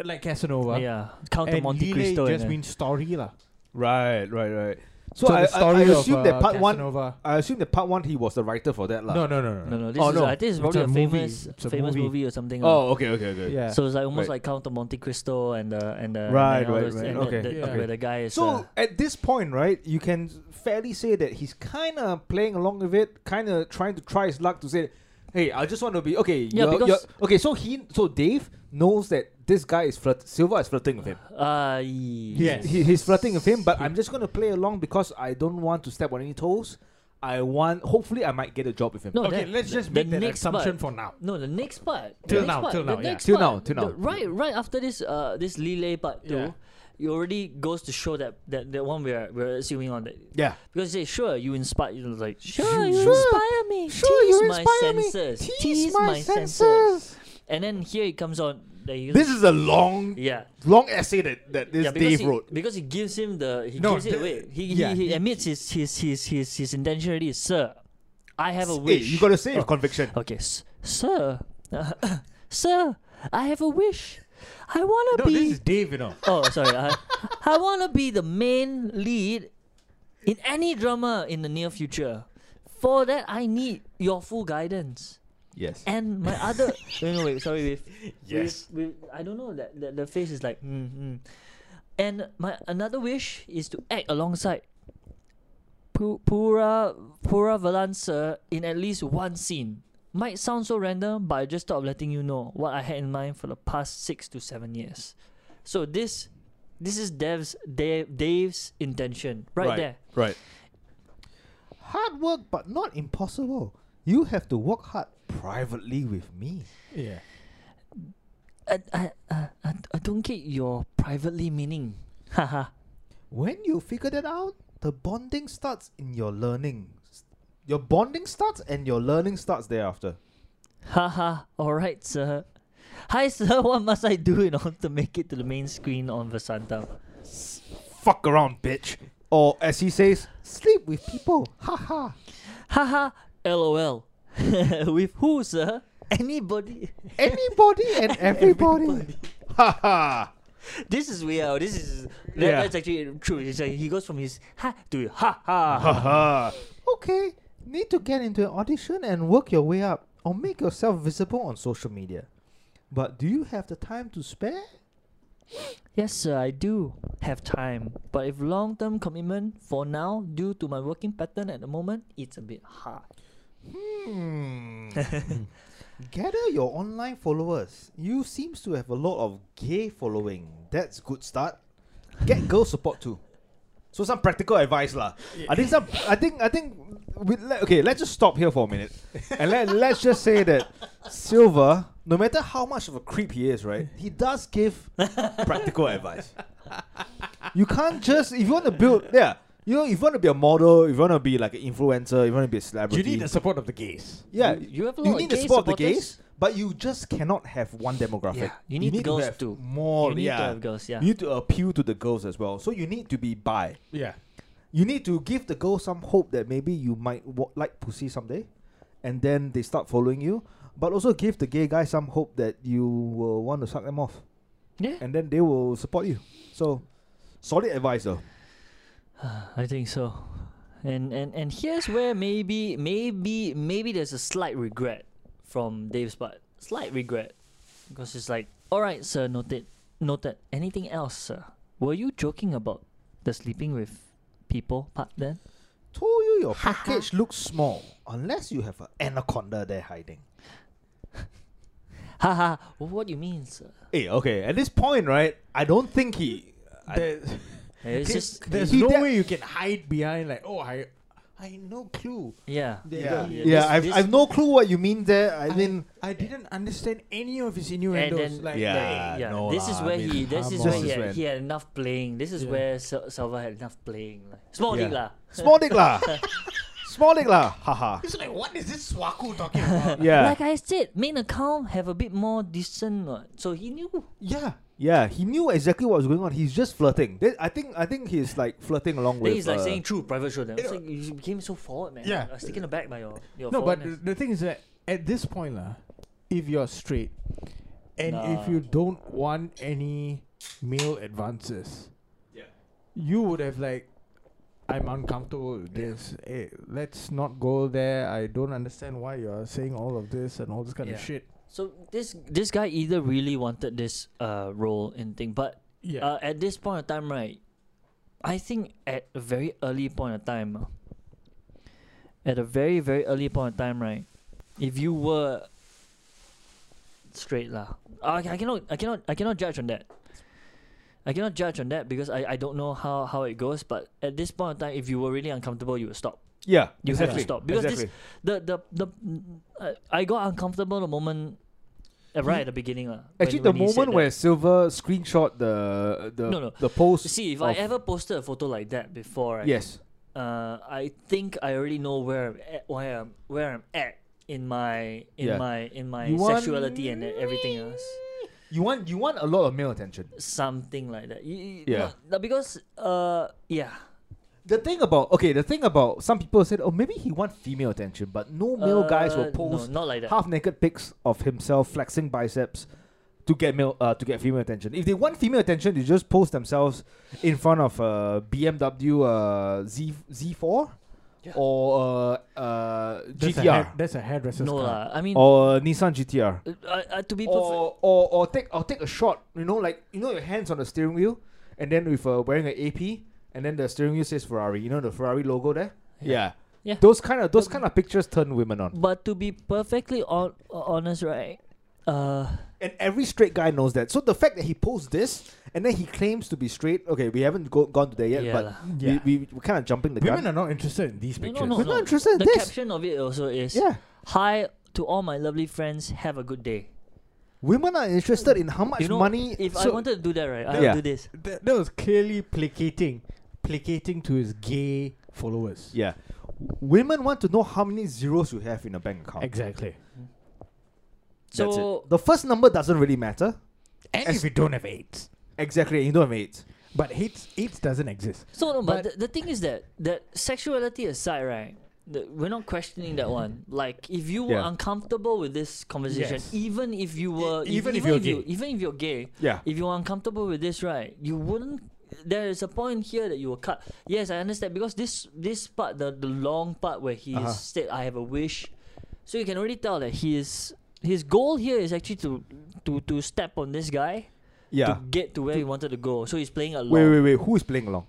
[SPEAKER 1] like Casanova.
[SPEAKER 3] Yeah. Count of
[SPEAKER 1] And
[SPEAKER 3] Monte
[SPEAKER 1] Lele
[SPEAKER 3] Cristo. eh? in
[SPEAKER 1] just
[SPEAKER 3] it.
[SPEAKER 1] means story lah.
[SPEAKER 2] Right. Right. Right. So,
[SPEAKER 1] So
[SPEAKER 2] I,
[SPEAKER 1] the story
[SPEAKER 2] I, I
[SPEAKER 1] of,
[SPEAKER 2] assume that
[SPEAKER 1] uh,
[SPEAKER 2] part one.
[SPEAKER 1] Casanova.
[SPEAKER 2] I assume that part one he was the writer for that lah.
[SPEAKER 1] No, no, no, no,
[SPEAKER 3] No, no. This
[SPEAKER 2] Oh,
[SPEAKER 3] is
[SPEAKER 2] no.
[SPEAKER 3] I think it's
[SPEAKER 1] It's
[SPEAKER 3] probably
[SPEAKER 1] a
[SPEAKER 3] a,
[SPEAKER 1] movie.
[SPEAKER 3] famous
[SPEAKER 1] It's a
[SPEAKER 3] famous
[SPEAKER 1] movie.
[SPEAKER 3] movie or something. lah.
[SPEAKER 2] Oh. Okay. Okay. Okay.
[SPEAKER 1] Yeah.
[SPEAKER 3] So it's like almost
[SPEAKER 2] Right.
[SPEAKER 3] like Count of Monte Cristo and the and the and
[SPEAKER 2] Right,
[SPEAKER 3] all
[SPEAKER 2] right,
[SPEAKER 3] those-
[SPEAKER 2] right.
[SPEAKER 3] and
[SPEAKER 2] Okay.
[SPEAKER 3] the, the-
[SPEAKER 1] Yeah.
[SPEAKER 3] where the guy is.
[SPEAKER 2] So
[SPEAKER 3] uh,
[SPEAKER 2] at this point, right, you can fairly say that he's kind of playing along with it, kind of trying to try his luck to say, "Hey, I just want to be okay."
[SPEAKER 3] Yeah,
[SPEAKER 2] you're-
[SPEAKER 3] because-
[SPEAKER 2] you're- okay. So he, so Dave knows that this guy is flirt. Silva is flirting with him.
[SPEAKER 3] uh,
[SPEAKER 1] Yes.
[SPEAKER 2] He, he's flirting with him, but I'm just gonna play along because I don't want to step on any toes. I want. Hopefully, I might get a job with him.
[SPEAKER 3] No,
[SPEAKER 1] okay,
[SPEAKER 3] that-
[SPEAKER 1] let's just
[SPEAKER 3] the
[SPEAKER 1] make that
[SPEAKER 3] next
[SPEAKER 1] assumption for
[SPEAKER 3] part-
[SPEAKER 1] now.
[SPEAKER 3] No, the next part. the
[SPEAKER 1] Till
[SPEAKER 3] next
[SPEAKER 1] now,
[SPEAKER 3] part,
[SPEAKER 1] till
[SPEAKER 3] the
[SPEAKER 1] now, yeah.
[SPEAKER 3] next
[SPEAKER 2] Till
[SPEAKER 3] part,
[SPEAKER 2] now, till
[SPEAKER 3] the-
[SPEAKER 2] now.
[SPEAKER 3] right, right after this, uh, this Lele part two,
[SPEAKER 1] Yeah.
[SPEAKER 3] it already goes to show that that the one we're we're assuming on that
[SPEAKER 2] Yeah.
[SPEAKER 3] because they say sure you inspire you know, like sure you
[SPEAKER 2] Sure.
[SPEAKER 3] inspire me
[SPEAKER 2] Sure,
[SPEAKER 3] tease
[SPEAKER 2] you
[SPEAKER 3] my
[SPEAKER 2] inspire me.
[SPEAKER 3] senses
[SPEAKER 2] Tease
[SPEAKER 3] my,
[SPEAKER 2] my senses.
[SPEAKER 3] and then here it comes on that he
[SPEAKER 2] This is a long,
[SPEAKER 3] yeah
[SPEAKER 2] long essay that that this
[SPEAKER 3] yeah, because
[SPEAKER 2] Dave
[SPEAKER 3] he,
[SPEAKER 2] wrote.
[SPEAKER 3] because he gives him the he
[SPEAKER 1] No,
[SPEAKER 3] gives it
[SPEAKER 1] the-
[SPEAKER 3] away he,
[SPEAKER 1] yeah,
[SPEAKER 3] he,
[SPEAKER 1] he-
[SPEAKER 3] he admits his his his his his intention already is, sir I have a
[SPEAKER 2] Hey,
[SPEAKER 3] wish Oh.
[SPEAKER 2] you gotta say with conviction.
[SPEAKER 3] Okay, s- sir, sir, I have a wish. I wanna
[SPEAKER 1] No,
[SPEAKER 3] be.
[SPEAKER 1] this is Dave, you know.
[SPEAKER 3] oh, sorry. I, I wanna be the main lead in any drama in the near future. For that, I need your full guidance
[SPEAKER 2] Yes.
[SPEAKER 3] and my other. no, no, wait. Sorry, with
[SPEAKER 2] Yes.
[SPEAKER 3] with, with I don't know that, that the face is like. Mm, mm. And my another wish is to act alongside Pu- Pura Pura Valancer in at least one scene. Might sound so random, but I just thought of letting you know what I had in mind for the past six to seven years. So this, this is Dev's Dave, Dave's intention right, there.
[SPEAKER 2] Right. Hard work, but not impossible. You have to work hard privately with me.
[SPEAKER 1] Yeah.
[SPEAKER 3] I, I, I, I I don't get your privately meaning. Haha.
[SPEAKER 2] When you figure that out, the bonding starts in your learning. Your bonding starts and your learning starts thereafter.
[SPEAKER 3] Haha, alright, sir. Hi, sir, what must I do in order to make it to the main screen on Vasanta?
[SPEAKER 2] Fuck around, bitch. Or as he says, sleep with people. Haha.
[SPEAKER 3] Haha, lol. With who, sir? Anybody?
[SPEAKER 2] Anybody and everybody. Haha.
[SPEAKER 3] This is weird. This is. that-
[SPEAKER 2] Yeah.
[SPEAKER 3] That's actually true. It's like he goes from his ha to ha ha.
[SPEAKER 2] Haha. okay, need to get into an audition and work your way up or make yourself visible on social media. But do you have the time to spare?
[SPEAKER 3] yes, sir, I do have time. But if long term commitment for now, due to my working pattern at the moment, it's a bit hard.
[SPEAKER 2] Hmm. Gather your online followers. You seems to have a lot of gay following. That's good start. Get girl support too. So some practical advice lah. I think some. I think. I think. We, let, okay, let's just stop here for a minute, and let let's just say that Silver, no matter how much of a creep he is, right, he does give practical advice. You can't just if you want to build, yeah. You know, if you want to be a model, if you want to be like an influencer, if you want to be a
[SPEAKER 1] You
[SPEAKER 2] celebrity,
[SPEAKER 1] need the support of the gays.
[SPEAKER 2] yeah,
[SPEAKER 3] You- you have a lot
[SPEAKER 2] you
[SPEAKER 3] of
[SPEAKER 2] need the
[SPEAKER 3] gay
[SPEAKER 2] support of the
[SPEAKER 3] supporters.
[SPEAKER 2] gays, but you just cannot have one demographic.
[SPEAKER 3] Yeah, you need girls
[SPEAKER 2] to have
[SPEAKER 3] too.
[SPEAKER 2] More,
[SPEAKER 3] You need to
[SPEAKER 2] yeah.
[SPEAKER 3] have girls, yeah.
[SPEAKER 2] You need to appeal to the girls as well. So you need to be bi.
[SPEAKER 1] Yeah.
[SPEAKER 2] You need to give the girls some hope that maybe you might wa- like pussy someday, and then they start following you. But also give the gay guy some hope that you will want to suck them off,
[SPEAKER 3] Yeah,
[SPEAKER 2] and then they will support you. So, solid advice though.
[SPEAKER 3] I think so. And and and here's where maybe maybe maybe there's a slight regret from Dave's part. Slight regret, because it's like, all right, sir, noted, noted. Anything else, sir? Were you joking about the sleeping with people part then?
[SPEAKER 2] Told you your package looks small unless you have an anaconda there hiding.
[SPEAKER 3] Haha. what do you mean, sir?
[SPEAKER 2] Hey, okay. At this point, right? I don't think he.
[SPEAKER 1] There-
[SPEAKER 3] It's just
[SPEAKER 1] there's
[SPEAKER 2] he
[SPEAKER 1] no
[SPEAKER 2] de-
[SPEAKER 1] way you can hide behind like, oh, I, I no clue.
[SPEAKER 3] yeah.
[SPEAKER 2] Yeah,
[SPEAKER 1] Yeah,
[SPEAKER 2] yeah.
[SPEAKER 3] this-
[SPEAKER 2] I've,
[SPEAKER 3] this-
[SPEAKER 2] I've no clue what you mean there. I mean,
[SPEAKER 1] I didn't understand any of his innuendos.
[SPEAKER 3] And then-
[SPEAKER 1] like,
[SPEAKER 2] Yeah,
[SPEAKER 3] yeah,
[SPEAKER 2] no
[SPEAKER 3] this is
[SPEAKER 2] lah, I
[SPEAKER 3] where
[SPEAKER 2] mean,
[SPEAKER 3] he this
[SPEAKER 1] come
[SPEAKER 3] is where
[SPEAKER 1] on.
[SPEAKER 3] he
[SPEAKER 2] This is
[SPEAKER 3] had,
[SPEAKER 2] when-
[SPEAKER 3] he had enough playing. This is
[SPEAKER 1] Yeah.
[SPEAKER 3] where Sil- Silva had enough playing. Like, small league
[SPEAKER 1] Yeah.
[SPEAKER 3] lah.
[SPEAKER 2] small dick lah. small dick lah. Haha.
[SPEAKER 1] It's like, what is this Swaku talking about?
[SPEAKER 2] Yeah.
[SPEAKER 3] Like I said, main account have a bit more decent. what. So he knew.
[SPEAKER 1] yeah.
[SPEAKER 2] yeah, he knew exactly what was going on. He's just flirting. Th- I think I think he's like flirting along
[SPEAKER 3] Then
[SPEAKER 2] with
[SPEAKER 3] he's like
[SPEAKER 2] uh,
[SPEAKER 3] saying true private show. Then
[SPEAKER 1] You
[SPEAKER 3] it's
[SPEAKER 1] know-
[SPEAKER 3] like you became so forward, man.
[SPEAKER 1] Yeah.
[SPEAKER 3] I was taken aback by your your.
[SPEAKER 1] No, but
[SPEAKER 3] forwardness.
[SPEAKER 1] the thing is that at this point, lah, if you're straight and
[SPEAKER 3] Nah.
[SPEAKER 1] if you don't want any male advances,
[SPEAKER 2] Yeah.
[SPEAKER 1] you would have like, I'm uncomfortable with this. Eh, let's not go there. I don't understand why you're saying all of this and all this kind of
[SPEAKER 3] Yeah.
[SPEAKER 1] shit.
[SPEAKER 3] so this this guy either really wanted this uh role in thing, but
[SPEAKER 1] Yeah.
[SPEAKER 3] uh, at this point of time, right? I think at a very early point of time, uh, at a very very early point of time, right? If you were straight lah, I, I cannot I cannot I cannot judge on that. I cannot judge on that because I, I don't know how, how it goes. But at this point of time, if you were really uncomfortable, you would stop.
[SPEAKER 2] yeah,
[SPEAKER 3] You have to
[SPEAKER 2] exactly,
[SPEAKER 3] stop, because this-
[SPEAKER 2] exactly.
[SPEAKER 3] The the the uh, I got uncomfortable the moment, uh, right at the beginning lah. when-
[SPEAKER 2] Actually,
[SPEAKER 3] when
[SPEAKER 2] the
[SPEAKER 3] he said
[SPEAKER 2] moment
[SPEAKER 3] that.
[SPEAKER 2] where Silver screenshot the the
[SPEAKER 3] No, no.
[SPEAKER 2] the post.
[SPEAKER 3] see if I
[SPEAKER 2] of-
[SPEAKER 3] ever posted a photo like that before, right?
[SPEAKER 2] yes,
[SPEAKER 3] uh, I think I already know where I'm at, where I'm, where I'm at in my in
[SPEAKER 2] Yeah.
[SPEAKER 3] my in my
[SPEAKER 1] You want
[SPEAKER 3] sexuality and everything else.
[SPEAKER 2] you want you want a lot of male attention.
[SPEAKER 3] Something like that. Y- y-
[SPEAKER 2] Yeah.
[SPEAKER 3] no, because uh yeah.
[SPEAKER 2] The thing about okay, the thing about some people said, oh, maybe he wants female attention, but no male guys
[SPEAKER 3] Uh,
[SPEAKER 2] will post
[SPEAKER 3] No, not like that.
[SPEAKER 2] half naked pics of himself flexing biceps to get male uh, to get female attention. If they want female attention, they just post themselves in front of a BMW uh, Z Z four
[SPEAKER 3] Yeah.
[SPEAKER 2] or uh, uh,
[SPEAKER 1] That's a
[SPEAKER 2] GTR
[SPEAKER 1] hair- that's a hairdresser's
[SPEAKER 3] no
[SPEAKER 1] car.
[SPEAKER 3] lah. I mean,
[SPEAKER 2] or a Nissan GTR.
[SPEAKER 3] uh, uh, to be perfect.
[SPEAKER 2] Or, or or take or take a shot, you know, like you know your hands on the steering wheel, and then with uh, wearing an AP, and then the steering wheel says Ferrari. You know the Ferrari logo there.
[SPEAKER 3] Yeah. Yeah.
[SPEAKER 2] Those kind of those kind of pictures turn women on,
[SPEAKER 3] But to be perfectly on, honest, right? Uh,
[SPEAKER 2] and every straight guy knows that. So the fact that he posts this and then he claims to be straight. Okay, we haven't go, gone to there yet,
[SPEAKER 3] Yeah
[SPEAKER 2] but
[SPEAKER 3] lah.
[SPEAKER 1] Yeah.
[SPEAKER 2] we, we we're kind of jumping the
[SPEAKER 1] Women are
[SPEAKER 2] gun.
[SPEAKER 1] not interested in these
[SPEAKER 3] No, no,
[SPEAKER 1] pictures.
[SPEAKER 3] no.
[SPEAKER 2] we're not interested in
[SPEAKER 3] the
[SPEAKER 2] this.
[SPEAKER 3] caption of it also is
[SPEAKER 2] Yeah,
[SPEAKER 3] "Hi to all my lovely friends. Have a good day."
[SPEAKER 2] women are interested in how much
[SPEAKER 3] you know,
[SPEAKER 2] money.
[SPEAKER 3] If I
[SPEAKER 2] so-
[SPEAKER 3] wanted to do that, right, I
[SPEAKER 2] Yeah.
[SPEAKER 3] would do this.
[SPEAKER 1] That, that was clearly placating, placating to his gay followers.
[SPEAKER 2] yeah, women want to know how many zeros you have in a bank account.
[SPEAKER 1] Exactly.
[SPEAKER 3] So
[SPEAKER 2] That's it. The first number doesn't really matter.
[SPEAKER 1] And
[SPEAKER 2] As-
[SPEAKER 1] if you don't have AIDS,
[SPEAKER 2] Exactly, you don't have AIDS.
[SPEAKER 1] but AIDS, AIDS doesn't exist.
[SPEAKER 3] So no, but,
[SPEAKER 1] But-
[SPEAKER 3] the, the thing is that that sexuality aside, right? The, we're not questioning that one. Like, if you were
[SPEAKER 2] Yeah.
[SPEAKER 3] uncomfortable with this conversation,
[SPEAKER 1] Yes.
[SPEAKER 3] even if you were, if-
[SPEAKER 1] even if
[SPEAKER 3] even
[SPEAKER 1] you're
[SPEAKER 3] if you,
[SPEAKER 1] gay.
[SPEAKER 3] even if you're gay,
[SPEAKER 2] Yeah.
[SPEAKER 3] if you're uncomfortable with this, right, you wouldn't. There is a point here that you will cut. Yes, I understand because this this part, the the long part where he
[SPEAKER 2] Uh-huh.
[SPEAKER 3] said, "I have a wish," so you can already tell that his his goal here is actually to to to step on this guy
[SPEAKER 2] Yeah.
[SPEAKER 3] to get to where he wanted to go. So he's playing a
[SPEAKER 2] Wait,
[SPEAKER 3] long-
[SPEAKER 2] wait, wait. Who is playing along?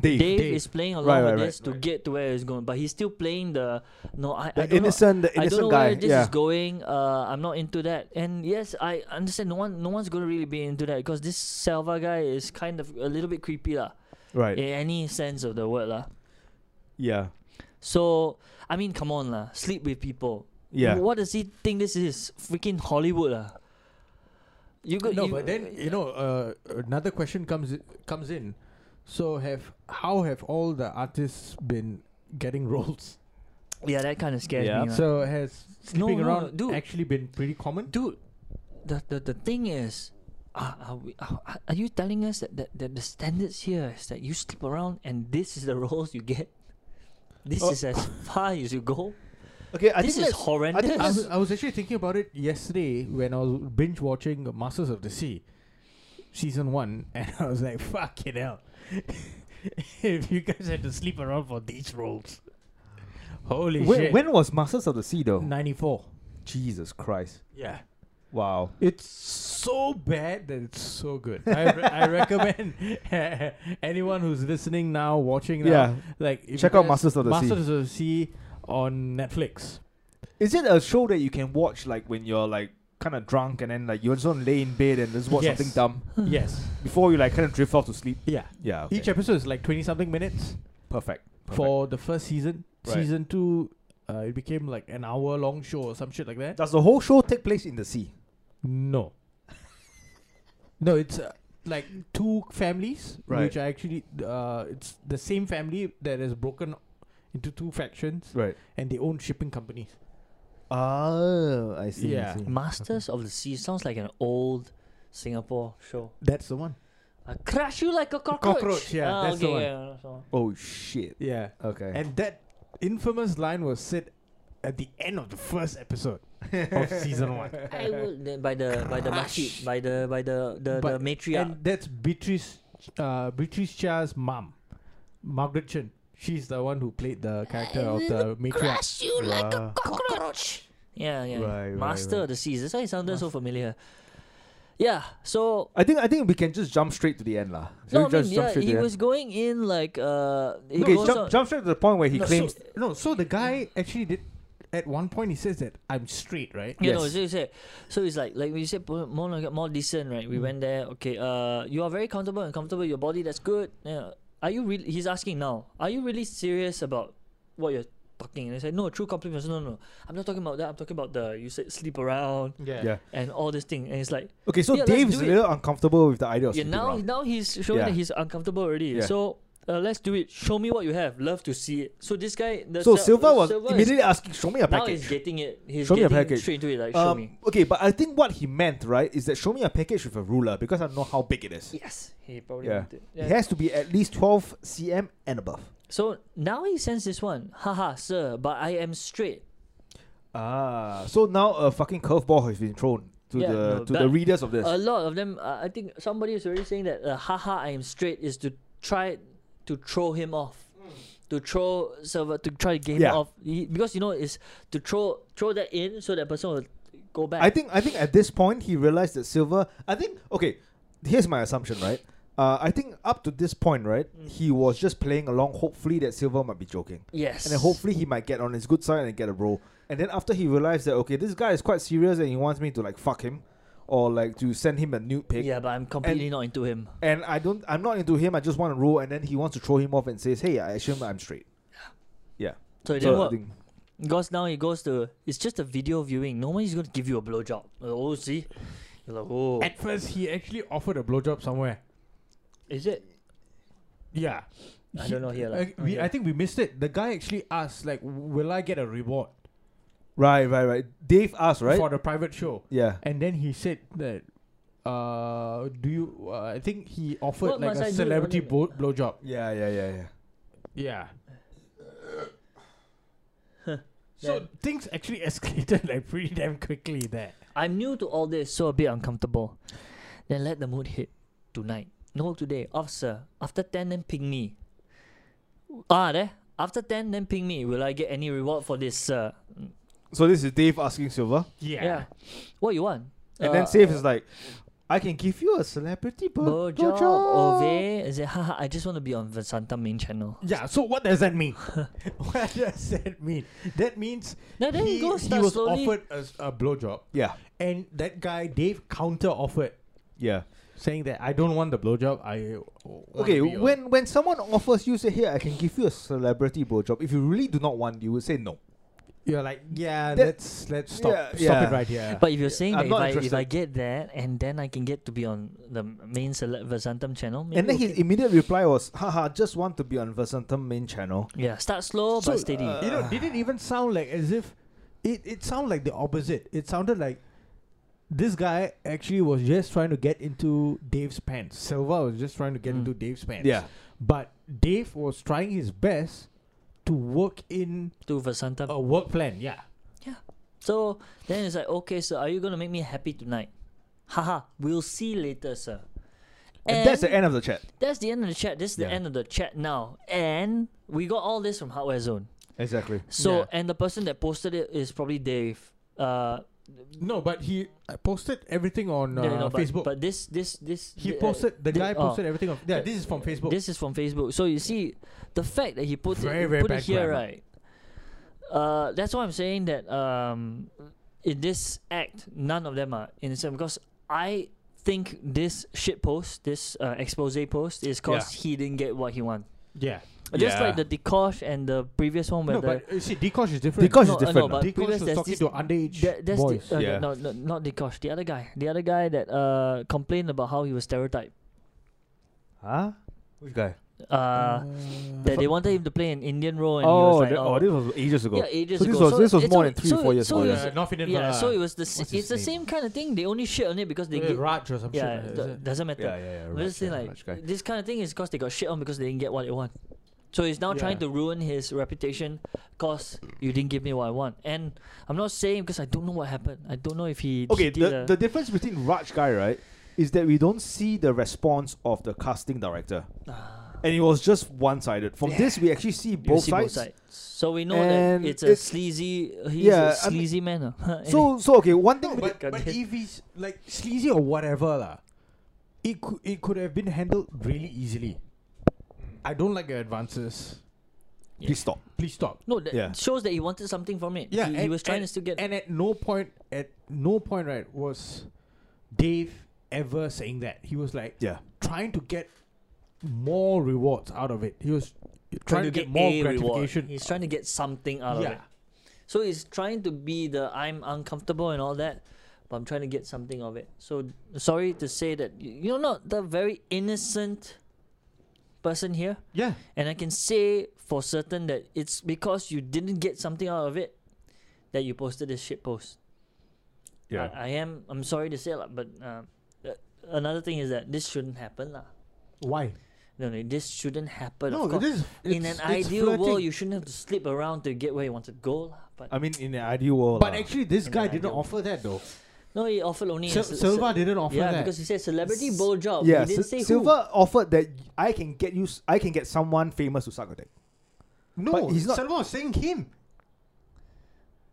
[SPEAKER 1] Dave,
[SPEAKER 3] Dave,
[SPEAKER 1] Dave.
[SPEAKER 3] is playing along
[SPEAKER 2] Right,
[SPEAKER 3] with
[SPEAKER 2] right, right,
[SPEAKER 3] this to
[SPEAKER 1] right.
[SPEAKER 3] get to where it's going, but he's still playing the no. I, I
[SPEAKER 2] The
[SPEAKER 3] don't know-
[SPEAKER 2] innocent, the
[SPEAKER 3] I don't know
[SPEAKER 2] innocent guy.
[SPEAKER 3] where this
[SPEAKER 2] yeah.
[SPEAKER 3] is going. Uh, I'm not into that. And yes, I understand. No one, no one's gonna really be into that because this Selva guy is kind of a little bit creepy lah.
[SPEAKER 2] Right.
[SPEAKER 3] In any sense of the word lah.
[SPEAKER 2] Yeah.
[SPEAKER 3] So I mean, come on lah. Sleep with people.
[SPEAKER 2] Yeah.
[SPEAKER 3] What does he think this is? Freaking Hollywood lah. You go.
[SPEAKER 1] no,
[SPEAKER 3] you-
[SPEAKER 1] but then you know uh, another question comes i- comes in. So have how have all the artists been getting roles?
[SPEAKER 3] Yeah, that kind of scares
[SPEAKER 2] Yeah.
[SPEAKER 3] me. lah.
[SPEAKER 1] So has
[SPEAKER 3] No,
[SPEAKER 1] sleeping
[SPEAKER 3] no,
[SPEAKER 1] around
[SPEAKER 3] dude.
[SPEAKER 1] actually been pretty common?
[SPEAKER 3] dude the the, the thing is are, are, we, are, are- are you telling us that, that, that the standards here is that you sleep around and this is the roles you get this
[SPEAKER 2] Oh.
[SPEAKER 3] is as far as you go
[SPEAKER 2] Okay. I
[SPEAKER 3] this
[SPEAKER 2] think
[SPEAKER 3] is
[SPEAKER 2] let's-
[SPEAKER 3] horrendous
[SPEAKER 1] I was, I was actually thinking about it yesterday when I was binge watching Masters of the Sea, season one, and I was like, "Fuck it hell!" if you guys had to sleep around for these roles, holy
[SPEAKER 2] when,
[SPEAKER 1] shit!
[SPEAKER 2] when was Masters of the Sea though?
[SPEAKER 1] Ninety-four.
[SPEAKER 2] Jesus Christ!
[SPEAKER 1] Yeah,
[SPEAKER 2] Wow.
[SPEAKER 1] it's so bad that it's so good. I, re- I recommend anyone who's listening now, watching now,
[SPEAKER 2] Yeah.
[SPEAKER 1] like if
[SPEAKER 2] Check
[SPEAKER 1] you
[SPEAKER 2] out
[SPEAKER 1] guys-
[SPEAKER 2] Masters of the Sea.
[SPEAKER 1] Masters of the Sea on Netflix.
[SPEAKER 2] Is it a show that you can watch like when you're like kind of drunk and then like you just want to lay in bed and just watch
[SPEAKER 1] Yes.
[SPEAKER 2] something dumb
[SPEAKER 1] yes.
[SPEAKER 2] before you like kind of drift off to sleep?
[SPEAKER 1] Yeah.
[SPEAKER 2] Yeah.
[SPEAKER 1] Each episode is like twenty something minutes.
[SPEAKER 2] perfect.
[SPEAKER 1] for the first season.
[SPEAKER 2] Right.
[SPEAKER 1] Season two, uh, it became like an hour long show or some shit like that.
[SPEAKER 2] Does the whole show take place in the sea?
[SPEAKER 1] No. no, it's uh, like two families,
[SPEAKER 2] Right.
[SPEAKER 1] which are actually uh, it's the same family that is broken into two factions,
[SPEAKER 2] Right.
[SPEAKER 1] and they own shipping companies.
[SPEAKER 2] Oh, I see.
[SPEAKER 1] see, I Yeah. see.
[SPEAKER 3] masters of the sea sounds like an old singapore show
[SPEAKER 1] That's the one.
[SPEAKER 3] i crush you like a cockroach
[SPEAKER 1] Cockroach, yeah,
[SPEAKER 3] Ah,
[SPEAKER 1] that's the
[SPEAKER 3] okay,
[SPEAKER 1] one.
[SPEAKER 3] yeah, that's the one.
[SPEAKER 2] Oh shit.
[SPEAKER 1] Yeah,
[SPEAKER 2] Okay.
[SPEAKER 1] and that infamous line was said at the end of the first episode of season one.
[SPEAKER 3] I would, the- by the by the makcik, by the by the the, the
[SPEAKER 1] But-
[SPEAKER 3] matriarch.
[SPEAKER 1] And that's Beatrice, uh, Beatrice Cha's mom, Margaret Chen. She's the one who played the character of the matriarch.
[SPEAKER 3] crush you like a
[SPEAKER 2] Right.
[SPEAKER 3] cockroach. Yeah, yeah.
[SPEAKER 2] Right, right,
[SPEAKER 3] Master
[SPEAKER 2] right.
[SPEAKER 3] of the seas. That's why it sounded so familiar. Yeah. So
[SPEAKER 2] I think I think we can just jump straight to the end, lah. Shall we
[SPEAKER 3] no, I mean,
[SPEAKER 2] just
[SPEAKER 3] yeah, he
[SPEAKER 2] the end?
[SPEAKER 3] was going in like uh. it
[SPEAKER 2] okay,
[SPEAKER 3] goes
[SPEAKER 2] jump,
[SPEAKER 3] on-
[SPEAKER 2] jump straight to the point where he
[SPEAKER 1] No,
[SPEAKER 2] claims.
[SPEAKER 1] so, no, so the guy actually did. At one point, he says that I'm straight, right?
[SPEAKER 3] You know,
[SPEAKER 2] yes.
[SPEAKER 3] so you say, so it's like like we said po- more like- more decent, right?
[SPEAKER 2] Mm.
[SPEAKER 3] We went there. Okay, uh, you are very comfortable and comfortable. Your body, that's good. Yeah. Are you really? He's asking now. Are you really serious about what you're talking? And I said, no, true compliments. No, no, no. I'm not talking about that. I'm talking about the you said sleep around
[SPEAKER 2] Yeah.
[SPEAKER 3] and all this thing. And it's like,
[SPEAKER 2] Okay, so
[SPEAKER 3] Yeah, let's
[SPEAKER 2] Dave's a
[SPEAKER 3] do it.
[SPEAKER 2] little uncomfortable with the idea of
[SPEAKER 3] yeah,
[SPEAKER 2] sleeping
[SPEAKER 3] now
[SPEAKER 2] around.
[SPEAKER 3] now he's showing
[SPEAKER 2] Yeah.
[SPEAKER 3] that he's uncomfortable already.
[SPEAKER 2] Yeah.
[SPEAKER 3] So uh, let's do it. Show me what you have. Love to see it. So this guy, the
[SPEAKER 2] So
[SPEAKER 3] Sil-
[SPEAKER 2] Silva was
[SPEAKER 3] Silva is-
[SPEAKER 2] immediately asking, "Show me a
[SPEAKER 3] now he's
[SPEAKER 2] package."
[SPEAKER 3] getting it. He's
[SPEAKER 2] Show me a
[SPEAKER 3] getting
[SPEAKER 2] package.
[SPEAKER 3] straight into it. Like show me.
[SPEAKER 2] Um, okay, but I think what he meant, right, is that show me a package with a ruler because I know how big it is.
[SPEAKER 3] Yes, he probably
[SPEAKER 2] Yeah.
[SPEAKER 3] meant it. Yeah.
[SPEAKER 2] It has to be at least 12 cm and above.
[SPEAKER 3] So now he sends this one. Haha, sir, but I am straight.
[SPEAKER 2] Ah, so now a fucking curveball has been thrown to
[SPEAKER 3] Yeah,
[SPEAKER 2] the
[SPEAKER 3] no,
[SPEAKER 2] to
[SPEAKER 3] that-
[SPEAKER 2] the readers of this.
[SPEAKER 3] A lot of them, uh, I think somebody is already saying that uh, haha, I am straight is to try to throw him off. To throw server to try to get him
[SPEAKER 2] Yeah.
[SPEAKER 3] off He- because you know it's to throw throw that in so that person will go back.
[SPEAKER 2] I think I think at this point he realized that Silver. I think okay. Here's my assumption, right? Uh, I think up to this point, right, he was just playing along, hopefully that Silver might be joking,
[SPEAKER 3] yes,
[SPEAKER 2] and then hopefully he might get on his good side and get a role. And then after he realized that okay, this guy is quite serious and he wants me to like fuck him, or like to send him a nude pic.
[SPEAKER 3] yeah, but I'm completely not into him.
[SPEAKER 2] And I don't, I'm not into him. I just want a role. And then he wants to throw him off and says, "Hey, I assume I'm straight." Yeah.
[SPEAKER 3] So it
[SPEAKER 2] So
[SPEAKER 3] didn't
[SPEAKER 2] I
[SPEAKER 3] work.
[SPEAKER 2] think-
[SPEAKER 3] Because now it goes to it's just a video viewing. Nobody's gonna give you a blowjob. Oh, see, you're like, oh,
[SPEAKER 1] At first, he actually offered a blowjob somewhere.
[SPEAKER 3] is it?
[SPEAKER 1] Yeah.
[SPEAKER 3] I don't know here,
[SPEAKER 1] uh,
[SPEAKER 3] like,
[SPEAKER 1] we,
[SPEAKER 3] okay.
[SPEAKER 1] I think we missed it. The guy actually asked, like, will I get a reward
[SPEAKER 2] Right, right, right. Dave asked, right?
[SPEAKER 1] for the private show?
[SPEAKER 2] yeah.
[SPEAKER 1] And then he said that, uh, do you, uh, I think he offered
[SPEAKER 3] What
[SPEAKER 1] like
[SPEAKER 3] must I
[SPEAKER 1] a
[SPEAKER 3] do?
[SPEAKER 1] celebrity
[SPEAKER 3] What
[SPEAKER 1] bo- blowjob.
[SPEAKER 2] Yeah, yeah, yeah, yeah.
[SPEAKER 1] Yeah. so
[SPEAKER 3] So
[SPEAKER 1] things actually escalated like pretty damn quickly there.
[SPEAKER 3] I'm new to all this, so a bit uncomfortable. Then let the mood hit tonight. No, today, officer. After 10, then ping me. Ah, there. After 10, then ping me. Will I get any reward for this, sir?
[SPEAKER 2] So this is Dave asking Silver,
[SPEAKER 1] Yeah.
[SPEAKER 3] What you want?
[SPEAKER 2] and
[SPEAKER 3] Uh,
[SPEAKER 2] then Dave is like, I can give you a celebrity
[SPEAKER 3] Bo
[SPEAKER 2] bur-
[SPEAKER 3] job,
[SPEAKER 2] blowjob.
[SPEAKER 3] Uh, Ove. Is it? Haha, I just want to be on Vasanta main channel.
[SPEAKER 1] Yeah, so what does that mean? what does that mean? That means
[SPEAKER 3] Now then
[SPEAKER 1] he,
[SPEAKER 3] go
[SPEAKER 1] he
[SPEAKER 3] start
[SPEAKER 1] was
[SPEAKER 3] slowly.
[SPEAKER 1] offered a, s- a blowjob,
[SPEAKER 2] Yeah,
[SPEAKER 1] and that guy Dave counter offered,
[SPEAKER 2] yeah.
[SPEAKER 1] saying that I don't want the blowjob. I uh, wanna
[SPEAKER 2] Okay,
[SPEAKER 1] be on-"
[SPEAKER 2] when when someone offers you say, "Hey, I can give you a celebrity blowjob," if you really do not want, you would say no.
[SPEAKER 1] you're like, yeah,
[SPEAKER 2] That-
[SPEAKER 1] let's let's stop
[SPEAKER 2] yeah,
[SPEAKER 1] stop
[SPEAKER 2] yeah.
[SPEAKER 1] it right here.
[SPEAKER 3] But if you're saying
[SPEAKER 2] I'm
[SPEAKER 3] that if
[SPEAKER 2] not
[SPEAKER 3] I, if I
[SPEAKER 2] interested.
[SPEAKER 3] get that and then I can get to be on the m- main Sele- Vasantham channel, maybe
[SPEAKER 2] and then his
[SPEAKER 3] okay.
[SPEAKER 2] immediate reply was, "Haha, just want to be on Vasantham main channel."
[SPEAKER 3] yeah, start slow
[SPEAKER 1] So,
[SPEAKER 3] but steady.
[SPEAKER 2] uh,
[SPEAKER 1] you know, did it even sound like as if it it sounded like the opposite? It sounded like this guy actually was just trying to get into Dave's pants. Silva was just trying to get
[SPEAKER 3] Mm.
[SPEAKER 1] into Dave's pants.
[SPEAKER 2] Yeah,
[SPEAKER 1] But Dave was trying his best to work in
[SPEAKER 3] to Vasantham.
[SPEAKER 1] a
[SPEAKER 2] oh.
[SPEAKER 1] work plan. Yeah.
[SPEAKER 3] So then it's like, okay, sir, are you gonna make me happy tonight? Haha, we'll see later, sir.
[SPEAKER 2] and, that's the end of the chat.
[SPEAKER 3] That's the end of the chat. This is the
[SPEAKER 2] Yeah.
[SPEAKER 3] end of the chat now. And we got all this from Hardware Zone.
[SPEAKER 2] Exactly.
[SPEAKER 3] So
[SPEAKER 1] Yeah.
[SPEAKER 3] and the person that posted it is probably Dave. Uh,
[SPEAKER 1] No, but he uh, posted everything on uh,
[SPEAKER 3] yeah, no, but,
[SPEAKER 1] Facebook.
[SPEAKER 3] But this this this
[SPEAKER 1] he
[SPEAKER 3] th- uh,
[SPEAKER 1] posted the
[SPEAKER 3] th-
[SPEAKER 1] guy
[SPEAKER 3] oh.
[SPEAKER 1] posted everything on. Yeah,
[SPEAKER 3] th-
[SPEAKER 1] this is from Facebook.
[SPEAKER 3] This is from Facebook. So you see, the fact that he put
[SPEAKER 1] Very,
[SPEAKER 3] it,
[SPEAKER 1] very
[SPEAKER 3] put it
[SPEAKER 1] bad
[SPEAKER 3] here,
[SPEAKER 1] grammar.
[SPEAKER 3] right? Uh, that's why I'm saying that um, in this act, none of them are innocent because I think this shit post, this uh, expose post, is because he didn't get what he want.
[SPEAKER 1] yeah.
[SPEAKER 3] Just like
[SPEAKER 2] Yeah.
[SPEAKER 3] the Dikosh and the previous one, where
[SPEAKER 1] No,
[SPEAKER 3] the
[SPEAKER 1] but you see, Dikosh is different.
[SPEAKER 2] Because
[SPEAKER 3] No,
[SPEAKER 2] it's
[SPEAKER 3] uh, no,
[SPEAKER 2] different.
[SPEAKER 3] but-
[SPEAKER 2] lah.
[SPEAKER 1] Dikosh
[SPEAKER 3] previous
[SPEAKER 1] was
[SPEAKER 3] there's
[SPEAKER 1] talking
[SPEAKER 3] this-
[SPEAKER 1] to underage
[SPEAKER 3] That, that's
[SPEAKER 1] boys.
[SPEAKER 3] The, uh,
[SPEAKER 2] Yeah.
[SPEAKER 3] no, no, not Dikosh. The other guy, the other guy that uh complained about how he was stereotyped.
[SPEAKER 2] Huh? Which guy?
[SPEAKER 3] Uh,
[SPEAKER 1] Mm.
[SPEAKER 3] that they wanted him to play an Indian role, and
[SPEAKER 2] oh,
[SPEAKER 3] he was like,
[SPEAKER 2] the-
[SPEAKER 3] oh,
[SPEAKER 2] oh, this was ages ago.
[SPEAKER 3] yeah, ages
[SPEAKER 2] So this
[SPEAKER 3] ago.
[SPEAKER 2] was- this was
[SPEAKER 3] it's
[SPEAKER 2] more
[SPEAKER 3] only-
[SPEAKER 2] than three,
[SPEAKER 3] so
[SPEAKER 2] four
[SPEAKER 3] it-
[SPEAKER 2] years
[SPEAKER 3] so
[SPEAKER 2] ago.
[SPEAKER 3] it
[SPEAKER 1] yeah,
[SPEAKER 3] was-
[SPEAKER 1] North Indian
[SPEAKER 3] yeah,
[SPEAKER 1] fella.
[SPEAKER 3] so it was the s-
[SPEAKER 1] What's his
[SPEAKER 3] it's the
[SPEAKER 1] name?
[SPEAKER 3] same kind of thing. They only shit on it because they
[SPEAKER 1] Uh,
[SPEAKER 3] get
[SPEAKER 1] Raj or some
[SPEAKER 3] yeah,
[SPEAKER 1] shit.
[SPEAKER 3] do-
[SPEAKER 1] is it?
[SPEAKER 3] doesn't matter.
[SPEAKER 2] yeah, yeah.
[SPEAKER 3] I'm
[SPEAKER 2] right,
[SPEAKER 3] just saying
[SPEAKER 2] yeah,
[SPEAKER 3] like
[SPEAKER 2] right, guy.
[SPEAKER 3] this kind of thing is because they got shit on because they didn't get what they want. So he's now trying
[SPEAKER 1] Yeah.
[SPEAKER 3] to ruin his reputation because you didn't give me what I want. And I'm not saying because I don't know what happened. I don't know if he
[SPEAKER 2] Okay,
[SPEAKER 3] did
[SPEAKER 2] the, the difference between Raj guy, right, is that we don't see the response of the casting director. And it was just one sided. From this, we actually see
[SPEAKER 3] You
[SPEAKER 2] both
[SPEAKER 3] see
[SPEAKER 2] sides.
[SPEAKER 3] So we know
[SPEAKER 2] And
[SPEAKER 3] that it's a
[SPEAKER 2] it's-
[SPEAKER 3] sleazy. He's
[SPEAKER 2] Yeah,
[SPEAKER 3] a
[SPEAKER 2] I mean-
[SPEAKER 3] sleazy man. uh.
[SPEAKER 2] So, so okay, one thing.
[SPEAKER 1] No,
[SPEAKER 2] we-
[SPEAKER 1] but,
[SPEAKER 3] God
[SPEAKER 1] but
[SPEAKER 3] damn.
[SPEAKER 1] if he's like sleazy or whatever lah, it could it could have been handled really easily. I don't like your advances.
[SPEAKER 2] Please stop.
[SPEAKER 1] Please stop.
[SPEAKER 3] no, that
[SPEAKER 2] yeah.
[SPEAKER 3] shows that he wanted something from it.
[SPEAKER 1] Yeah,
[SPEAKER 3] he, he
[SPEAKER 1] and-
[SPEAKER 3] was trying
[SPEAKER 1] and-
[SPEAKER 3] to still get.
[SPEAKER 1] And at no point, at no point, right, was Dave ever saying that. He was like
[SPEAKER 2] Yeah.
[SPEAKER 1] trying to get more rewards out of it. He was trying, to get, more
[SPEAKER 3] a reward.
[SPEAKER 1] gratification.
[SPEAKER 3] He's trying to get something out of
[SPEAKER 1] Yeah.
[SPEAKER 3] it. So he's trying to be the I'm uncomfortable and all that, but I'm trying to get something of it. So sorry to say that y- you're not the very innocent person here,
[SPEAKER 1] Yeah.
[SPEAKER 3] and I can say for certain that it's because you didn't get something out of it that you posted this shit post. I, I am. I'm sorry to say, lah, but uh, uh, another thing is that this shouldn't happen, lah.
[SPEAKER 1] Why?
[SPEAKER 3] No, no, this shouldn't happen.
[SPEAKER 1] no,
[SPEAKER 3] of course.
[SPEAKER 1] this is,
[SPEAKER 3] in an
[SPEAKER 1] it's- it's
[SPEAKER 3] ideal world,
[SPEAKER 1] flirting. Um,
[SPEAKER 3] you shouldn't have to slip around to get where you want to go, lah. But
[SPEAKER 2] I mean, in the ideal world.
[SPEAKER 1] But
[SPEAKER 2] lah.
[SPEAKER 1] actually, this
[SPEAKER 3] In
[SPEAKER 1] guy
[SPEAKER 3] an
[SPEAKER 1] didn't
[SPEAKER 3] ideal-
[SPEAKER 1] offer that though.
[SPEAKER 3] no, he offered only. a
[SPEAKER 1] Sil-
[SPEAKER 3] ce- ce-
[SPEAKER 1] Silva didn't offer
[SPEAKER 3] yeah,
[SPEAKER 1] that.
[SPEAKER 3] because he said celebrity bowl job.
[SPEAKER 2] yeah,
[SPEAKER 3] he didn't
[SPEAKER 2] Sil-
[SPEAKER 3] say
[SPEAKER 2] Silver offered that I can get you. s- I can get someone famous to suck a dick.
[SPEAKER 1] No,
[SPEAKER 2] But he's not-
[SPEAKER 1] Selma was saying him.
[SPEAKER 3] who.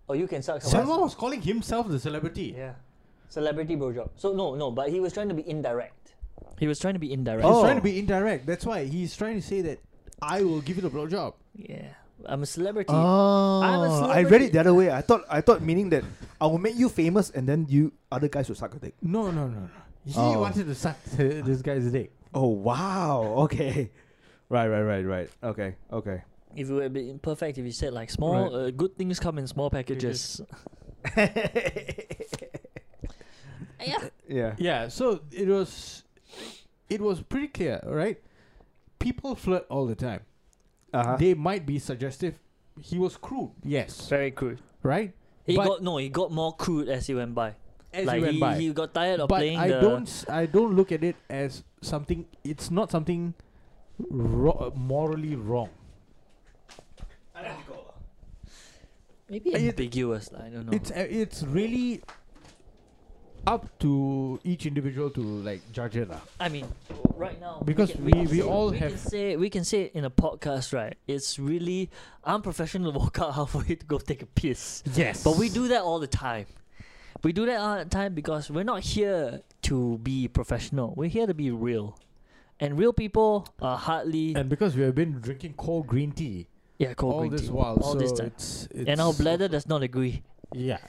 [SPEAKER 3] Oh, you can suck. someone.
[SPEAKER 1] Selma was calling himself the celebrity.
[SPEAKER 3] Yeah, celebrity bowl job. So no, no, but he was trying to be indirect. He was trying to be indirect.
[SPEAKER 1] He's
[SPEAKER 2] Oh.
[SPEAKER 1] trying to be indirect. That's why he's trying to say that I will give you the blowjob.
[SPEAKER 3] Yeah, I'm a celebrity.
[SPEAKER 1] Uh,
[SPEAKER 2] Oh, I read
[SPEAKER 3] celebrity.
[SPEAKER 2] it the other way. I thought. I thought meaning that I will make you famous, and then you other guys will suck a dick.
[SPEAKER 1] No, no, no, no. He
[SPEAKER 2] Oh.
[SPEAKER 1] wanted to suck th- this guy's dick.
[SPEAKER 2] Oh wow. Okay. right. Right. Right. Right. Okay. Okay.
[SPEAKER 3] If you were be perfect, if you said like small,
[SPEAKER 1] Right.
[SPEAKER 3] uh, good things come in small packages. yeah.
[SPEAKER 2] Yeah.
[SPEAKER 1] Yeah, so it was, it was pretty clear, right? People flirt all the time.
[SPEAKER 2] Uh-huh.
[SPEAKER 1] They might be suggestive. He was crude, yes,
[SPEAKER 3] Very crude.
[SPEAKER 1] right?
[SPEAKER 3] He
[SPEAKER 1] But-
[SPEAKER 3] got no. He got more crude as he went by.
[SPEAKER 1] As
[SPEAKER 3] like
[SPEAKER 1] he went
[SPEAKER 3] he,
[SPEAKER 1] by.
[SPEAKER 3] he got tired of
[SPEAKER 1] but
[SPEAKER 3] playing
[SPEAKER 1] I
[SPEAKER 3] the.
[SPEAKER 1] don't, s- I don't look at it as something. It's not something ro- morally wrong.
[SPEAKER 3] maybe
[SPEAKER 1] it-
[SPEAKER 3] ambiguous. lah, I don't know.
[SPEAKER 1] It's uh, it's really up to each individual to like judge it lah.
[SPEAKER 3] I mean, right now
[SPEAKER 1] Because
[SPEAKER 3] can-
[SPEAKER 1] we-
[SPEAKER 3] can
[SPEAKER 1] we
[SPEAKER 3] say-
[SPEAKER 1] all
[SPEAKER 3] we
[SPEAKER 1] have-
[SPEAKER 3] can say we can say it in a podcast, right? It's really unprofessional to walk out halfway to go take a piss,
[SPEAKER 1] Yes.
[SPEAKER 3] but we do that all the time. We do that all the time because we're not here to be professional. We're here to be real. And real people are hardly
[SPEAKER 1] And because we have been drinking cold green tea
[SPEAKER 3] yeah, cold
[SPEAKER 1] all
[SPEAKER 3] green
[SPEAKER 1] this
[SPEAKER 3] tea
[SPEAKER 1] while,
[SPEAKER 3] all
[SPEAKER 1] so
[SPEAKER 3] this time.
[SPEAKER 1] It's,
[SPEAKER 3] And our
[SPEAKER 1] it's-
[SPEAKER 3] bladder does not agree.
[SPEAKER 1] yeah,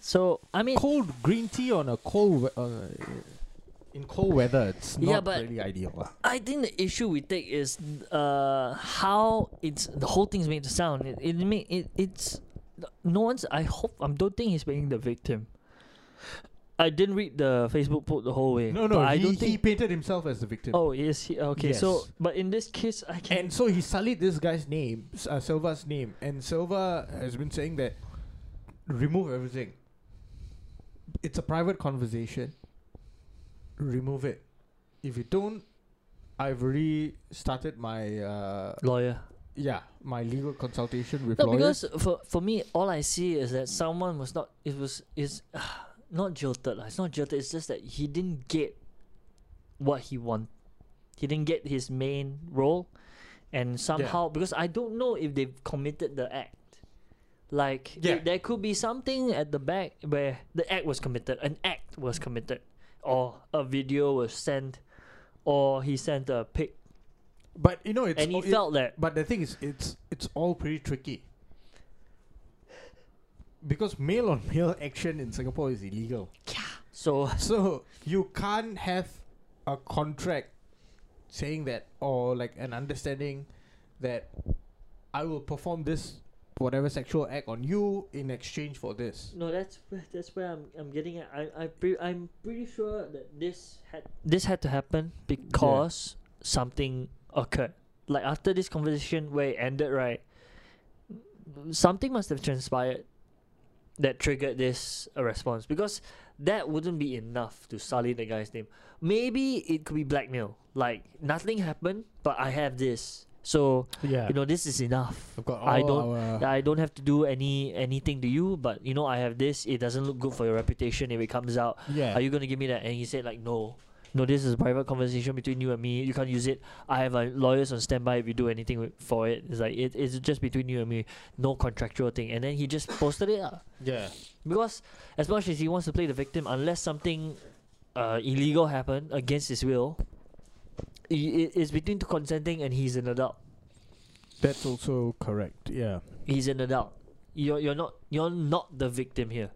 [SPEAKER 3] So I mean
[SPEAKER 1] cold green tea on a cold we- on a, in cold weather, it's not
[SPEAKER 3] Yeah, but-
[SPEAKER 1] really ideal. lah.
[SPEAKER 3] I think the issue we take is uh how it's the whole thing's made to sound. It it make it it's no one's. I hope I don't think he's being the victim. I didn't read the Facebook post the whole way.
[SPEAKER 1] No, no,
[SPEAKER 3] but
[SPEAKER 1] he,
[SPEAKER 3] I don't
[SPEAKER 1] he
[SPEAKER 3] think.
[SPEAKER 1] painted himself as the victim.
[SPEAKER 3] Oh, yes. He, okay, so
[SPEAKER 1] Yes.
[SPEAKER 3] but in this case, I can.
[SPEAKER 1] And so he sullied this guy's name, S- uh, Silva's name, and Silva has been saying that remove everything. It's a private conversation. Remove it. If you don't, I've already started my uh,
[SPEAKER 3] lawyer.
[SPEAKER 1] yeah my legal consultation with
[SPEAKER 3] No,
[SPEAKER 1] lawyers.
[SPEAKER 3] because for for me, all I see is that someone was not. It was is not jilted. lah. It's not jilted. It's just that he didn't get what he want. He didn't get his main role, and somehow because I don't know if they've committed the act. Like
[SPEAKER 1] Yeah.
[SPEAKER 3] it- there could be something at the back where the act was committed. An act was committed, or a video was sent, or he sent a pic,
[SPEAKER 1] But you know, it's
[SPEAKER 3] and he
[SPEAKER 1] all- it-
[SPEAKER 3] felt that
[SPEAKER 1] But the thing is, it's it's all pretty tricky because male on male action in Singapore is illegal.
[SPEAKER 3] so.
[SPEAKER 1] So you can't have a contract saying that or like an understanding that I will perform this whatever sexual act on you in exchange for this.
[SPEAKER 3] No, that's where- that's where I'm, I'm getting at. I I pre- I'm pretty sure that this had this had to happen because something occurred. Like after this conversation where it ended, right? Something must have transpired that triggered this uh, response because that wouldn't be enough to sully the guy's name. Maybe it could be blackmail. Like nothing happened, but I have this, so
[SPEAKER 1] Yeah.
[SPEAKER 3] you know this is enough.
[SPEAKER 1] I've got all
[SPEAKER 3] I don't-
[SPEAKER 1] our-
[SPEAKER 3] I don't have to do any anything to you, but you know I have this. It doesn't look good for your reputation if it comes out.
[SPEAKER 1] yeah.
[SPEAKER 3] Are you gonna give me that? And he said like, no, no. This is a private conversation between you and me. You can't use it. I have uh, lawyers on standby if you do anything wi- for it. It's like it, it's just between you and me. No contractual thing. And then he just posted it up
[SPEAKER 1] yeah.
[SPEAKER 3] because as much as he wants to play the victim, unless something uh, illegal happened against his will, i i- it's between two consenting and he's an adult.
[SPEAKER 1] That's also correct. Yeah.
[SPEAKER 3] he's an adult. You're you're not you're not the victim here.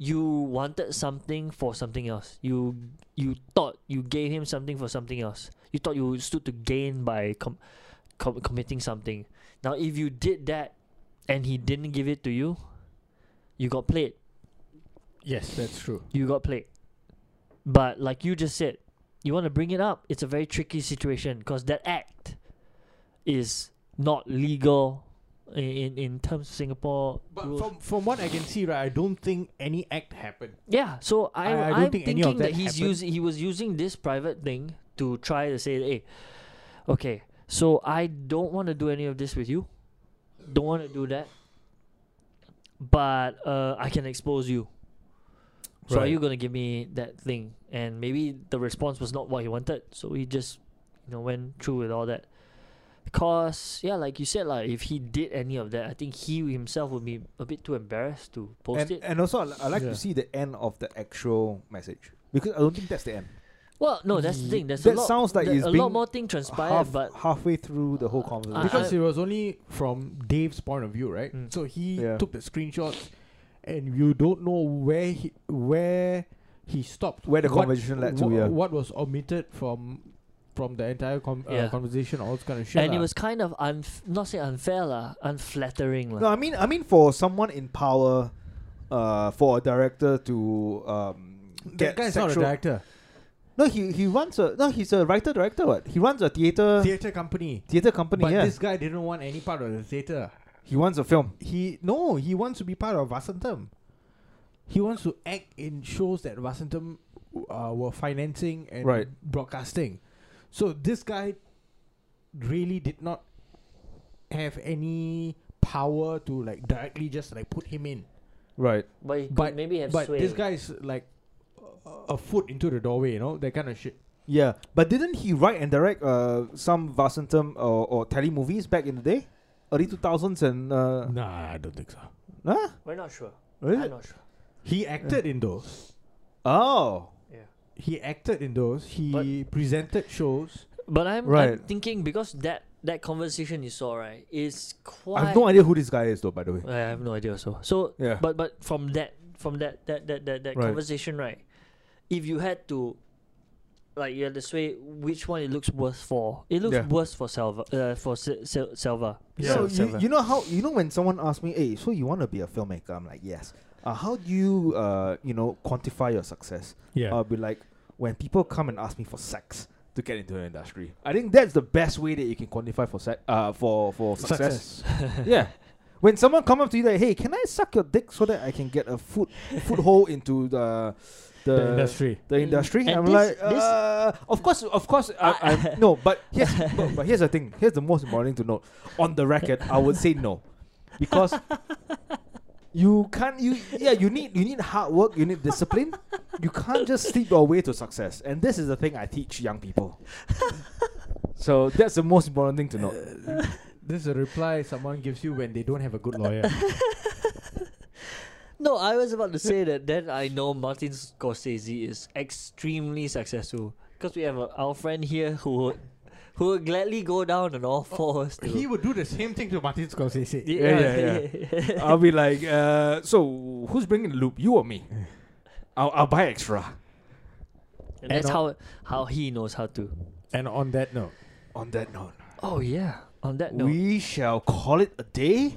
[SPEAKER 3] You wanted something for something else. You you thought you gave him something for something else. You thought you stood to gain by com- com- committing something. Now, if you did that, and he didn't give it to you, you got played.
[SPEAKER 1] Yes, that's true.
[SPEAKER 3] You got played. But like you just said, you want to bring it up. It's a very tricky situation because that act is not legal in in, in terms of Singapore.
[SPEAKER 1] But
[SPEAKER 3] rules.
[SPEAKER 1] from from what I can see, right, I don't think any act happened.
[SPEAKER 3] Yeah, so
[SPEAKER 1] I- I
[SPEAKER 3] I, I,
[SPEAKER 1] don't
[SPEAKER 3] am
[SPEAKER 1] think any of
[SPEAKER 3] thinking
[SPEAKER 1] that
[SPEAKER 3] that, he's
[SPEAKER 1] happened.
[SPEAKER 3] using he was using this private thing to try to say, hey, okay, so I don't want to do any of this with you, don't want to do that, but uh, I can expose you. So are
[SPEAKER 1] Right.
[SPEAKER 3] you gonna give me that thing? And maybe the response was not what he wanted, so he just, you know, went through with all that. Because yeah, like you said, like if he did any of that, I think he himself would be a bit too embarrassed to post
[SPEAKER 2] and,
[SPEAKER 3] it.
[SPEAKER 2] and also, I, li- I like
[SPEAKER 1] Yeah.
[SPEAKER 2] to see the end of the actual message because I don't think that's the end.
[SPEAKER 3] Well, no, that's the thing. There's a
[SPEAKER 2] That
[SPEAKER 3] lot,
[SPEAKER 2] sounds like
[SPEAKER 3] there-
[SPEAKER 2] it's
[SPEAKER 3] a lot
[SPEAKER 2] being
[SPEAKER 3] more thing transpired,
[SPEAKER 2] Half,
[SPEAKER 3] but
[SPEAKER 2] halfway through the whole conversation,
[SPEAKER 1] because
[SPEAKER 3] Uh, I-
[SPEAKER 1] it was only from Dave's point of view, right?
[SPEAKER 3] Mm.
[SPEAKER 1] So he
[SPEAKER 2] Yeah.
[SPEAKER 1] took the screenshots, and you don't know where he where he stopped,
[SPEAKER 2] Where the
[SPEAKER 1] what-
[SPEAKER 2] conversation led to,
[SPEAKER 1] wha-
[SPEAKER 2] yeah.
[SPEAKER 1] what was omitted from from the entire com-
[SPEAKER 3] Yeah.
[SPEAKER 1] uh, conversation, all this kind of shit.
[SPEAKER 3] and it
[SPEAKER 1] lah.
[SPEAKER 3] was kind of un not say unfair lah, unflattering
[SPEAKER 2] No,
[SPEAKER 3] lah.
[SPEAKER 2] I mean, I mean, for someone in power, uh, for a director to um,
[SPEAKER 1] that
[SPEAKER 2] get
[SPEAKER 1] guy's not a
[SPEAKER 2] sexual.
[SPEAKER 1] director.
[SPEAKER 2] No, he he runs a no. He's a writer director. What he runs a theater
[SPEAKER 1] Theater company.
[SPEAKER 2] theater company.
[SPEAKER 1] But
[SPEAKER 2] yeah,
[SPEAKER 1] this guy didn't want any part of the theater.
[SPEAKER 2] he runs a film.
[SPEAKER 1] He no, he wants to be part of Vasantham. He wants to act in shows that Vasantham uh, were financing and
[SPEAKER 2] Right.
[SPEAKER 1] broadcasting. So this guy really did not have any power to like directly just like put him in.
[SPEAKER 2] Right.
[SPEAKER 3] But, it could
[SPEAKER 1] but-
[SPEAKER 3] maybe have
[SPEAKER 1] But
[SPEAKER 3] sway.
[SPEAKER 1] this guy is like a- a foot into the doorway, you know, that kind of shit.
[SPEAKER 2] Yeah, but didn't he write and direct uh some Vasantham or, or tele movies back in the day, early two thousands and uh,
[SPEAKER 1] Nah, I don't think so.
[SPEAKER 2] huh?
[SPEAKER 3] We're not sure.
[SPEAKER 2] What is
[SPEAKER 3] I'm
[SPEAKER 2] it?
[SPEAKER 3] not sure.
[SPEAKER 1] He acted in those.
[SPEAKER 2] Oh.
[SPEAKER 1] He acted in those. He presented shows.
[SPEAKER 3] But I'm, I'm
[SPEAKER 2] Right.
[SPEAKER 3] thinking because that that conversation you saw right is quite.
[SPEAKER 2] I have no idea who this guy is though, by the way.
[SPEAKER 3] I have no idea. So so
[SPEAKER 2] Yeah.
[SPEAKER 3] but but from that from that that that that, that
[SPEAKER 2] Right.
[SPEAKER 3] conversation right, if you had to, like you had to say which one it looks worse for. It looks
[SPEAKER 2] Yeah.
[SPEAKER 3] worse for Selva. Uh, for Sil- Sil- Selva.
[SPEAKER 1] Yeah.
[SPEAKER 2] So
[SPEAKER 3] Sil-
[SPEAKER 2] you, you know how you know when someone asks me, "Hey, so you want to be a filmmaker?" I'm like, "Yes." Uh, how do you uh you know quantify your success?
[SPEAKER 1] Yeah.
[SPEAKER 2] I'll be like, when people come and ask me for sex to get into the industry, I think that's the best way that you can quantify for sec- uh for for success. yeah. When someone come up to you like, "Hey, can I suck your dick so that I can get a foot foothold into the the,
[SPEAKER 1] the industry.
[SPEAKER 2] the industry.
[SPEAKER 3] And
[SPEAKER 2] I'm
[SPEAKER 3] this-
[SPEAKER 2] like,
[SPEAKER 3] this-
[SPEAKER 2] uh, of course, of course, I, I'm, no. But here's, but, but here's the thing. Here's the most important thing to note. On the record, I would say no, because you can't. You yeah, you need you need hard work. You need discipline. You can't just sleep your way to success. And this is the thing I teach young people. so that's the most important thing to note.
[SPEAKER 1] This is a reply someone gives you when they don't have a good lawyer.
[SPEAKER 3] No, I was about to say that. Then I know Martin Scorsese is extremely successful because we have a, our friend here who would, who would gladly go down on all fours. to-
[SPEAKER 1] he would do the same thing to Martin Scorsese.
[SPEAKER 2] Yeah, I'll be like, uh, so who's bringing the loop? You or me? I'll, I'll buy extra.
[SPEAKER 3] And that's
[SPEAKER 1] And
[SPEAKER 3] how how he knows how to.
[SPEAKER 1] And on that note,
[SPEAKER 2] On that note.
[SPEAKER 3] Oh yeah. On that note,
[SPEAKER 2] We shall call it a day.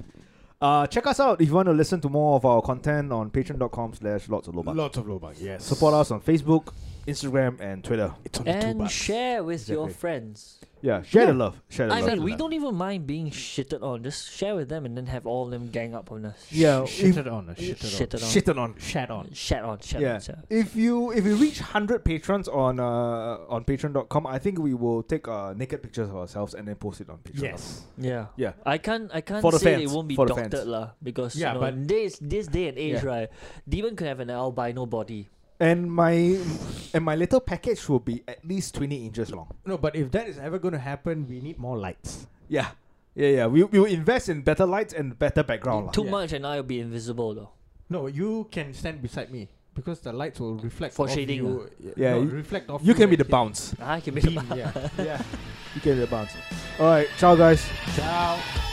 [SPEAKER 2] Uh, check us out if you want to listen to more of our content on patreon.com slash lots of lobang.
[SPEAKER 1] lots of lobang. Yes.
[SPEAKER 2] Support us on Facebook, Instagram, and Twitter.
[SPEAKER 1] It's only two
[SPEAKER 3] and
[SPEAKER 1] bucks.
[SPEAKER 3] share with your
[SPEAKER 2] Exactly.
[SPEAKER 3] friends.
[SPEAKER 2] Yeah, share the
[SPEAKER 1] Yeah.
[SPEAKER 2] love. Share the
[SPEAKER 3] I
[SPEAKER 2] love.
[SPEAKER 3] mean, we don't even mind being shitted on. Just share with them, and then have all of them gang up on us.
[SPEAKER 2] Yeah,
[SPEAKER 1] Sh-
[SPEAKER 2] if,
[SPEAKER 1] shitted on. us, Shitted
[SPEAKER 3] Shitted on.
[SPEAKER 2] shitted on.
[SPEAKER 1] Shat on.
[SPEAKER 3] Shat on. Shat
[SPEAKER 2] Yeah.
[SPEAKER 3] on. Shat on.
[SPEAKER 2] If you if you reach hundred patrons on uh on patreon.com, I think we will take uh naked pictures of ourselves and then post it on Patreon.
[SPEAKER 1] Yes.
[SPEAKER 3] Yeah.
[SPEAKER 2] Yeah.
[SPEAKER 3] I can't I can't
[SPEAKER 2] For the
[SPEAKER 3] say
[SPEAKER 2] fans,
[SPEAKER 3] they won't be
[SPEAKER 2] for the
[SPEAKER 3] doctored
[SPEAKER 2] fans.
[SPEAKER 3] lah because
[SPEAKER 1] Yeah,
[SPEAKER 3] you know,
[SPEAKER 1] but-
[SPEAKER 3] in this this day and age
[SPEAKER 2] Yeah.
[SPEAKER 3] right, demon could have an albino body.
[SPEAKER 2] And my and my little package will be at least twenty inches long.
[SPEAKER 1] No, but if that is ever going to happen, we need more lights.
[SPEAKER 2] Yeah. Yeah, yeah. We we will invest in better lights and better background. lah.
[SPEAKER 3] Too
[SPEAKER 1] Yeah.
[SPEAKER 3] much and I'll be invisible though.
[SPEAKER 1] No, you can stand beside me because the lights will reflect
[SPEAKER 3] For
[SPEAKER 1] off
[SPEAKER 3] shading,
[SPEAKER 1] You.
[SPEAKER 2] Yeah,
[SPEAKER 1] no,
[SPEAKER 2] you-
[SPEAKER 1] reflect off.
[SPEAKER 2] You can be
[SPEAKER 1] and
[SPEAKER 2] the
[SPEAKER 1] hit
[SPEAKER 2] bounce.
[SPEAKER 3] I can be
[SPEAKER 1] the Beam, yeah.
[SPEAKER 2] yeah. You can be the bounce. All right. Ciao, guys.
[SPEAKER 1] Ciao.